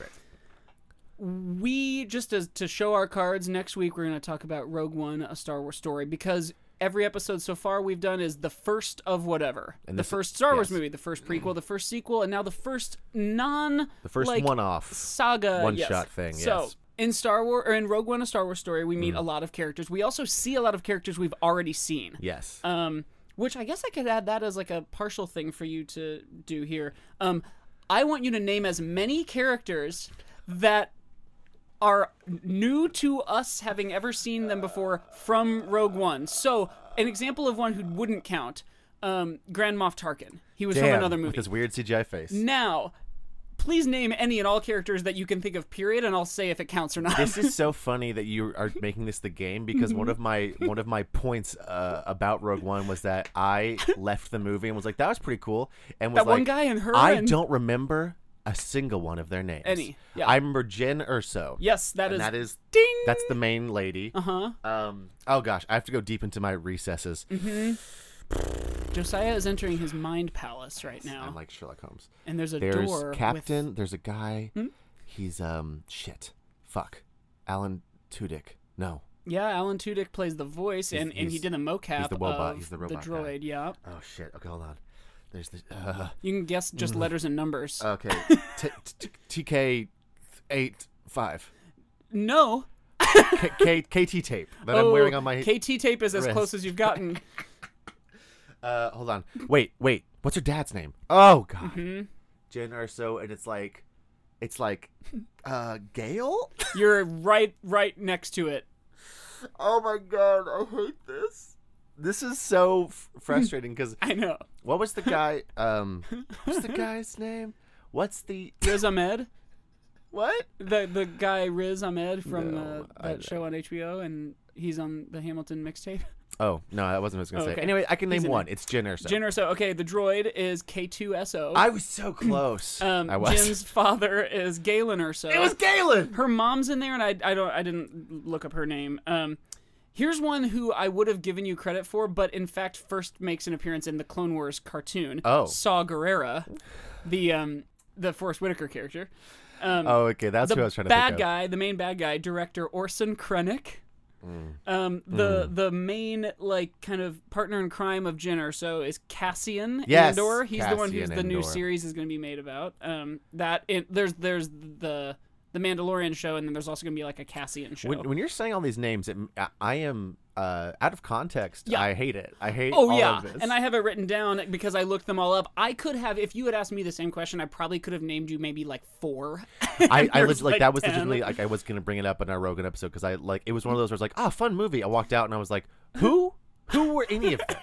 Speaker 1: We just as to show our cards. Next week we're going to talk about Rogue One: A Star Wars Story because every episode so far we've done is the first of whatever,
Speaker 2: And
Speaker 1: the
Speaker 2: this-
Speaker 1: first Star Wars
Speaker 2: yes.
Speaker 1: movie, the first prequel, the first sequel, and now the first non
Speaker 2: The first
Speaker 1: like,
Speaker 2: one off.
Speaker 1: saga
Speaker 2: One-shot
Speaker 1: yes.
Speaker 2: thing,
Speaker 1: So
Speaker 2: yes. Mm.
Speaker 1: in Star Wars or in Rogue One: A Star Wars Story, we meet a lot of characters. We also see a lot of characters we've already seen.
Speaker 2: Yes.
Speaker 1: Um, which I guess I could add that as like a partial thing for you to do here. Um, I want you to name as many characters that are new to us having ever seen them before from Rogue One. So an example of one who wouldn't count, um, Grand Moff Tarkin. He was from
Speaker 2: Damn,
Speaker 1: another
Speaker 2: With
Speaker 1: movie.
Speaker 2: his weird CGI face.
Speaker 1: Now, please name any and all characters that you can think of. Period, and I'll say if it counts or not.
Speaker 2: this is so funny that you are making this the game because
Speaker 1: Mm-hmm.
Speaker 2: one of my one of my points uh, about Rogue One was that I left the movie and was like, "That was pretty cool," and was
Speaker 1: That one
Speaker 2: like,
Speaker 1: guy and her
Speaker 2: I
Speaker 1: and-
Speaker 2: don't remember a single one of their names.
Speaker 1: Any, yeah.
Speaker 2: I remember Jen Urso.
Speaker 1: yes, that
Speaker 2: and
Speaker 1: is.
Speaker 2: that is
Speaker 1: ding.
Speaker 2: That's the main lady.
Speaker 1: uh huh.
Speaker 2: Um. Oh gosh, I have to go deep into my recesses.
Speaker 1: Josiah is entering his mind palace right now.
Speaker 2: I'm like Sherlock Holmes.
Speaker 1: And there's a
Speaker 2: There's
Speaker 1: door. with- Hmm?
Speaker 2: Captain. There's a guy. He's um shit. Fuck. Alan Tudyk. No.
Speaker 1: yeah, Alan Tudyk plays the voice, and, and he
Speaker 2: he's-
Speaker 1: did the mocap.
Speaker 2: he's the robot-
Speaker 1: Of
Speaker 2: he's the robot guy.
Speaker 1: droid. Yeah,
Speaker 2: Oh shit. Okay, hold on. There's the uh,
Speaker 1: you can guess just letters and numbers.
Speaker 2: okay. T- t- t- TK eight five.
Speaker 1: no,
Speaker 2: K- K- KT tape that I'm wearing on my.
Speaker 1: KT tape is as
Speaker 2: wrist.
Speaker 1: close as you've gotten.
Speaker 2: uh, hold on. Wait, wait. What's her dad's name? Oh god. Jen Urso, and it's like, it's like, uh, Gail.
Speaker 1: You're right, right next to it.
Speaker 2: oh my god, I hate this. This is so f- frustrating because
Speaker 1: I know.
Speaker 2: what was the guy? Um, what's the guy's name? What's the
Speaker 1: Riz Ahmed,
Speaker 2: what?
Speaker 1: the the guy Riz Ahmed from
Speaker 2: No,
Speaker 1: uh,
Speaker 2: I
Speaker 1: that
Speaker 2: know.
Speaker 1: show on HBO, and he's on the Hamilton mixtape.
Speaker 2: Oh no, that wasn't what I was gonna
Speaker 1: Oh,
Speaker 2: say.
Speaker 1: okay.
Speaker 2: Anyway, I can
Speaker 1: He's
Speaker 2: name
Speaker 1: in
Speaker 2: one. It's Jen Urso.
Speaker 1: Jin Erso. Okay, the droid is K2SO.
Speaker 2: I was so close.
Speaker 1: um,
Speaker 2: I was.
Speaker 1: Jim's father is Galen Erso.
Speaker 2: it was Galen.
Speaker 1: her mom's in there and I, I don't I didn't look up her name. Um here's one who I would have given you credit for but in fact first makes an appearance in the Clone Wars cartoon.
Speaker 2: Oh.
Speaker 1: Saw Gerrera, the um the Forrest Whitaker character. Um
Speaker 2: Oh, okay, that's
Speaker 1: the
Speaker 2: who I was trying to
Speaker 1: bad
Speaker 2: think
Speaker 1: guy, the main bad guy, director Orson Krennic.
Speaker 2: Mm.
Speaker 1: Um, the the main like kind of partner in crime of Jyn Erso is Cassian
Speaker 2: Yes,
Speaker 1: Andor. He's the one who's
Speaker 2: Cassian
Speaker 1: the new
Speaker 2: Andor.
Speaker 1: series is going to be made about. Um, that it, there's there's the the Mandalorian show, and then there's also going to be like a Cassian show.
Speaker 2: of. When, when you're saying all these names, it, I, I am uh, out of context.
Speaker 1: Yeah.
Speaker 2: I hate it. I hate.
Speaker 1: Oh
Speaker 2: all
Speaker 1: yeah,
Speaker 2: of this.
Speaker 1: and I have it written down because I looked them all up. I could have, if you had asked me the same question, I probably could have named you maybe like four.
Speaker 2: I, I
Speaker 1: There's
Speaker 2: leg- like,
Speaker 1: like
Speaker 2: that was
Speaker 1: 10.
Speaker 2: legitimately like I was gonna bring it up in our Rogan episode because I like it was one of those where I was like, ah, fun movie. I walked out and I was like, who, who were any of them?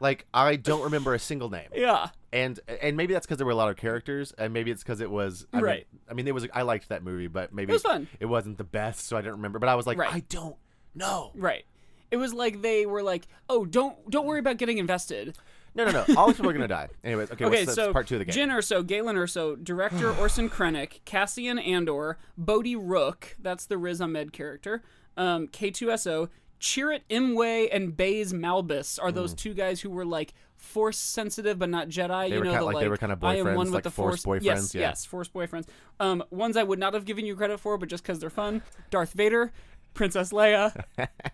Speaker 2: Like I don't remember a single name,
Speaker 1: yeah,
Speaker 2: and and maybe that's because there were a lot of characters, and maybe it's because it was I mean-
Speaker 1: Right.
Speaker 2: I mean, it was I liked that movie, but maybe
Speaker 1: was fun.
Speaker 2: It wasn't the best, so I didn't remember. But I was like,
Speaker 1: Right.
Speaker 2: I don't know.
Speaker 1: right. It was like they were like, oh, don't don't worry about getting invested.
Speaker 2: No, no, no. All these people are gonna die. Anyways, okay.
Speaker 1: Okay,
Speaker 2: what's,
Speaker 1: so
Speaker 2: that's part two of the game.
Speaker 1: Jyn Erso, Galen Erso, director Orson Krennic, Cassian Andor, Bodhi Rook, that's the Riz Ahmed character, um, K2SO, Chirrut Imwe, and Baze Malbus are
Speaker 2: Hmm.
Speaker 1: those two guys who were like force sensitive but not Jedi. you
Speaker 2: were
Speaker 1: know,
Speaker 2: kinda
Speaker 1: the,
Speaker 2: like-
Speaker 1: like
Speaker 2: they were kinda
Speaker 1: I am
Speaker 2: boyfriends,
Speaker 1: one with
Speaker 2: like
Speaker 1: the
Speaker 2: Force
Speaker 1: force
Speaker 2: boyfriends,
Speaker 1: Yes,
Speaker 2: yeah.
Speaker 1: yes, force boyfriends. Um, ones I would not have given you credit for, but just because they're fun: Darth Vader. Princess Leia,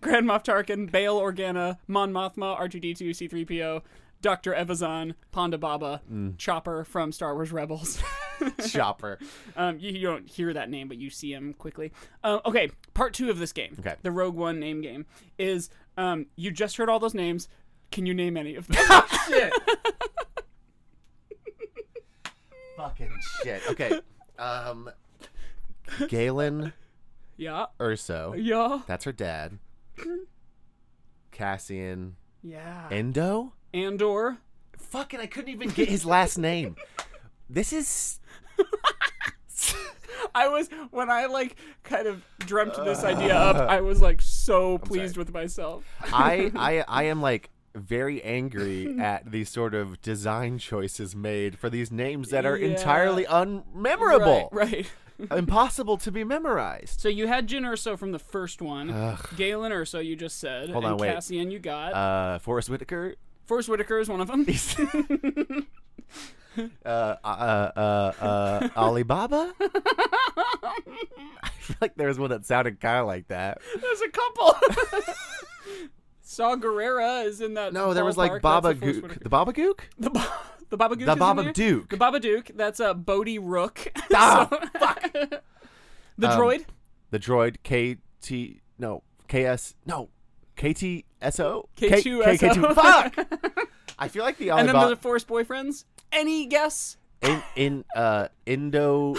Speaker 1: Grand Moff Tarkin, Bail Organa, Mon Mothma, R2D2, C3PO, Dr. Evazan, Ponda Baba,
Speaker 2: Mm.
Speaker 1: Chopper from Star Wars Rebels.
Speaker 2: Chopper.
Speaker 1: um, you, you don't hear that name, but you see him quickly. Uh, okay, part two of this game,
Speaker 2: Okay.
Speaker 1: the Rogue One name game, is um, you just heard all those names. Can you name any of them?
Speaker 2: shit. Fucking shit. Okay. Um, Galen
Speaker 1: Yeah.
Speaker 2: Urso.
Speaker 1: Yeah.
Speaker 2: That's her dad. Cassian
Speaker 1: Yeah.
Speaker 2: Endo?
Speaker 1: Andor.
Speaker 2: Fucking, I couldn't even get his last name. This is.
Speaker 1: I was when I like kind of dreamt
Speaker 2: Uh.
Speaker 1: this idea up. I was like so pleased with myself.
Speaker 2: I, I, I am like very angry at these sort of design choices made for these names that are
Speaker 1: Yeah.
Speaker 2: entirely unmemorable.
Speaker 1: Right. right.
Speaker 2: Impossible to be memorized.
Speaker 1: So you had Jin Urso from the first one, Galen Urso you just said,
Speaker 2: Hold
Speaker 1: and
Speaker 2: on, wait.
Speaker 1: Cassian you got.
Speaker 2: Uh, Forrest Whitaker.
Speaker 1: Forrest Whitaker is one of them.
Speaker 2: Uh, uh, uh, uh, Alibaba. I feel like there was one that sounded kind of like that.
Speaker 1: There's a couple. Saw Guerrera is in that.
Speaker 2: No, there was like
Speaker 1: ballpark.
Speaker 2: Baba
Speaker 1: That's a Forrest
Speaker 2: Gook.
Speaker 1: Whitaker.
Speaker 2: The Baba Gook?
Speaker 1: The, Ba- the Baba Gook.
Speaker 2: The
Speaker 1: is in
Speaker 2: Baba
Speaker 1: there?
Speaker 2: Duke.
Speaker 1: The Baba Duke. That's a uh, Bodhi Rook.
Speaker 2: Ah, Um,
Speaker 1: fuck. the droid.
Speaker 2: The droid KT. No, KS. No, KTSO?
Speaker 1: K2SO.
Speaker 2: K2. Fuck! I feel like the
Speaker 1: And then
Speaker 2: Alibaba.
Speaker 1: the Forrest boyfriends. Any guess?
Speaker 2: in, in, uh, Indo.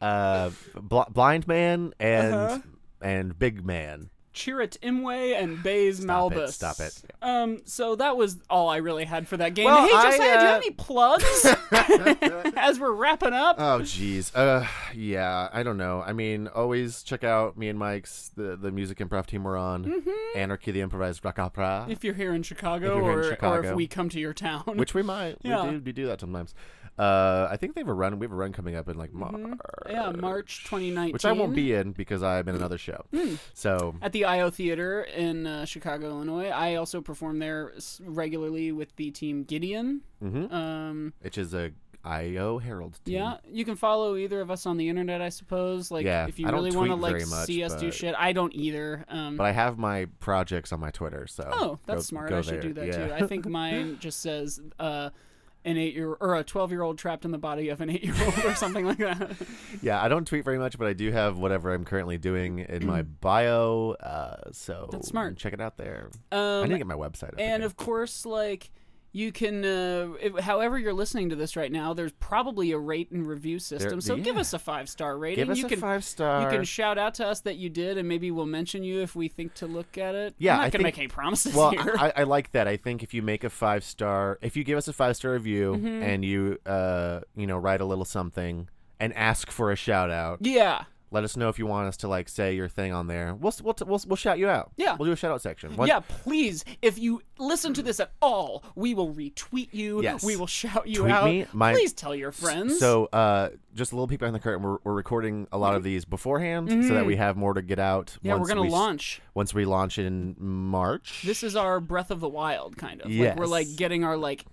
Speaker 2: uh, bl- blind man and.
Speaker 1: Uh-huh.
Speaker 2: And big man.
Speaker 1: Chirrut Imwe and Baze
Speaker 2: Stop it,
Speaker 1: Malbus.
Speaker 2: stop it.
Speaker 1: Um, so that was all I really had for that game.
Speaker 2: Well,
Speaker 1: hey, Josiah,
Speaker 2: I,
Speaker 1: do you have
Speaker 2: uh,
Speaker 1: any plugs? As we're wrapping up,
Speaker 2: Oh jeez. Uh yeah, I don't know. I mean, always check out me and Mike's the the music improv team we're on. Anarchy the improvised rock opera.
Speaker 1: Mm-hmm. if you're here in Chicago,
Speaker 2: if you're here
Speaker 1: or,
Speaker 2: in
Speaker 1: or if
Speaker 2: Chicago.
Speaker 1: we come to your town,
Speaker 2: which we might.
Speaker 1: Yeah.
Speaker 2: We do we do that sometimes. Uh I think they have a run we have a run coming up in like March.
Speaker 1: yeah, March 2019,
Speaker 2: Which I won't be in because I'm in another show.
Speaker 1: Hmm.
Speaker 2: So
Speaker 1: at the IO Theater in uh, Chicago, Illinois. I also perform there s- regularly with the team Gideon.
Speaker 2: Mhm.
Speaker 1: Um,
Speaker 2: which is a IO Herald team.
Speaker 1: yeah, you can follow either of us on the internet, I suppose. Like,
Speaker 2: Yeah,
Speaker 1: if you
Speaker 2: I don't
Speaker 1: really want to
Speaker 2: tweet
Speaker 1: like
Speaker 2: very much,
Speaker 1: see us do
Speaker 2: but-
Speaker 1: shit, I don't either. Um,
Speaker 2: But I have my projects on my Twitter, so
Speaker 1: Oh, that's
Speaker 2: go-
Speaker 1: smart.
Speaker 2: go
Speaker 1: I should
Speaker 2: there.
Speaker 1: do that
Speaker 2: Yeah.
Speaker 1: too. I think mine just says uh, an eight year or a twelve year old trapped in the body of an eight year old or something like that.
Speaker 2: Yeah, I don't tweet very much, but I do have whatever I'm currently doing in my bio. Uh, so
Speaker 1: That's smart.
Speaker 2: Check it out there. I need to
Speaker 1: Um,
Speaker 2: get my website. Up
Speaker 1: and
Speaker 2: again.
Speaker 1: of course, like you can, uh, if, however you're listening to this right now, there's probably a rate and review system. so give
Speaker 2: yeah.
Speaker 1: us a five star rating.
Speaker 2: give us
Speaker 1: you
Speaker 2: a
Speaker 1: can
Speaker 2: five star.
Speaker 1: you can shout out to us that you did, and maybe we'll mention you if we think to look at it.
Speaker 2: Yeah,
Speaker 1: I'm not
Speaker 2: I
Speaker 1: gonna
Speaker 2: think-
Speaker 1: make any promises
Speaker 2: well,
Speaker 1: here.
Speaker 2: I, I like that. I think if you make a five star, if you give us a five star review
Speaker 1: Mm-hmm.
Speaker 2: and you, uh, you know, write a little something and ask for a shout out,
Speaker 1: yeah.
Speaker 2: let us know if you want us to like say your thing on there. We'll s- we'll t- we'll, s- we'll shout you out.
Speaker 1: Yeah.
Speaker 2: we'll do a shout out section. One-
Speaker 1: Yeah, please. If you listen to this at all, we will retweet you.
Speaker 2: Yes.
Speaker 1: We will shout you
Speaker 2: Tweet
Speaker 1: out.
Speaker 2: me. My-
Speaker 1: please tell your friends.
Speaker 2: So, uh, just a little peek behind the curtain. We're, we're recording a lot of these beforehand so that we have more to get out.
Speaker 1: Mm-hmm. yeah, we're
Speaker 2: once
Speaker 1: gonna
Speaker 2: we s-
Speaker 1: launch.
Speaker 2: once we launch in March.
Speaker 1: This is our Breath of the Wild kind of. Like, we're
Speaker 2: Yes.
Speaker 1: like getting our like.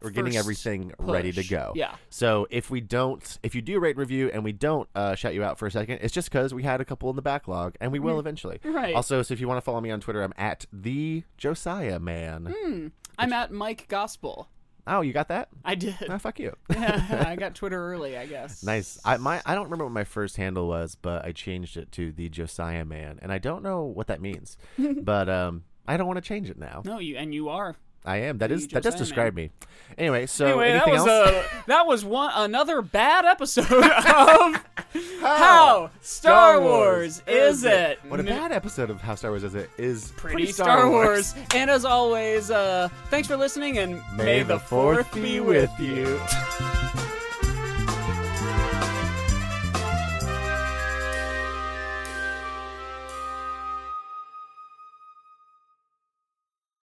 Speaker 2: we're getting
Speaker 1: first
Speaker 2: everything ready to
Speaker 1: push.
Speaker 2: go.
Speaker 1: Yeah.
Speaker 2: So if we don't, if you do rate and review and we don't uh, shout you out for a second, it's just because we had a couple in the backlog and we will eventually.
Speaker 1: Mm. Right.
Speaker 2: Also, so if you want to follow me on Twitter, I'm at the Josiah Man.
Speaker 1: Mm. I'm at Mike Gospel.
Speaker 2: Oh, you got that?
Speaker 1: I did.
Speaker 2: Ah, fuck you.
Speaker 1: I got Twitter early, I guess.
Speaker 2: nice. I my I don't remember what my first handle was, but I changed it to the Josiah Man, and I don't know what that means, but um. I don't want to change it now.
Speaker 1: No, you and you are.
Speaker 2: I am. That is that does
Speaker 1: Josiah Man.
Speaker 2: describe me. Anyway, so
Speaker 1: Anyway, that
Speaker 2: anything
Speaker 1: was
Speaker 2: else?
Speaker 1: uh, that was one another bad episode of
Speaker 2: Oh.
Speaker 1: How Star Wars Is It.
Speaker 2: What a bad episode of How Star Wars Is It is
Speaker 1: pretty, Star, Wars. And as always, uh, thanks for listening, and may, the fourth be with you.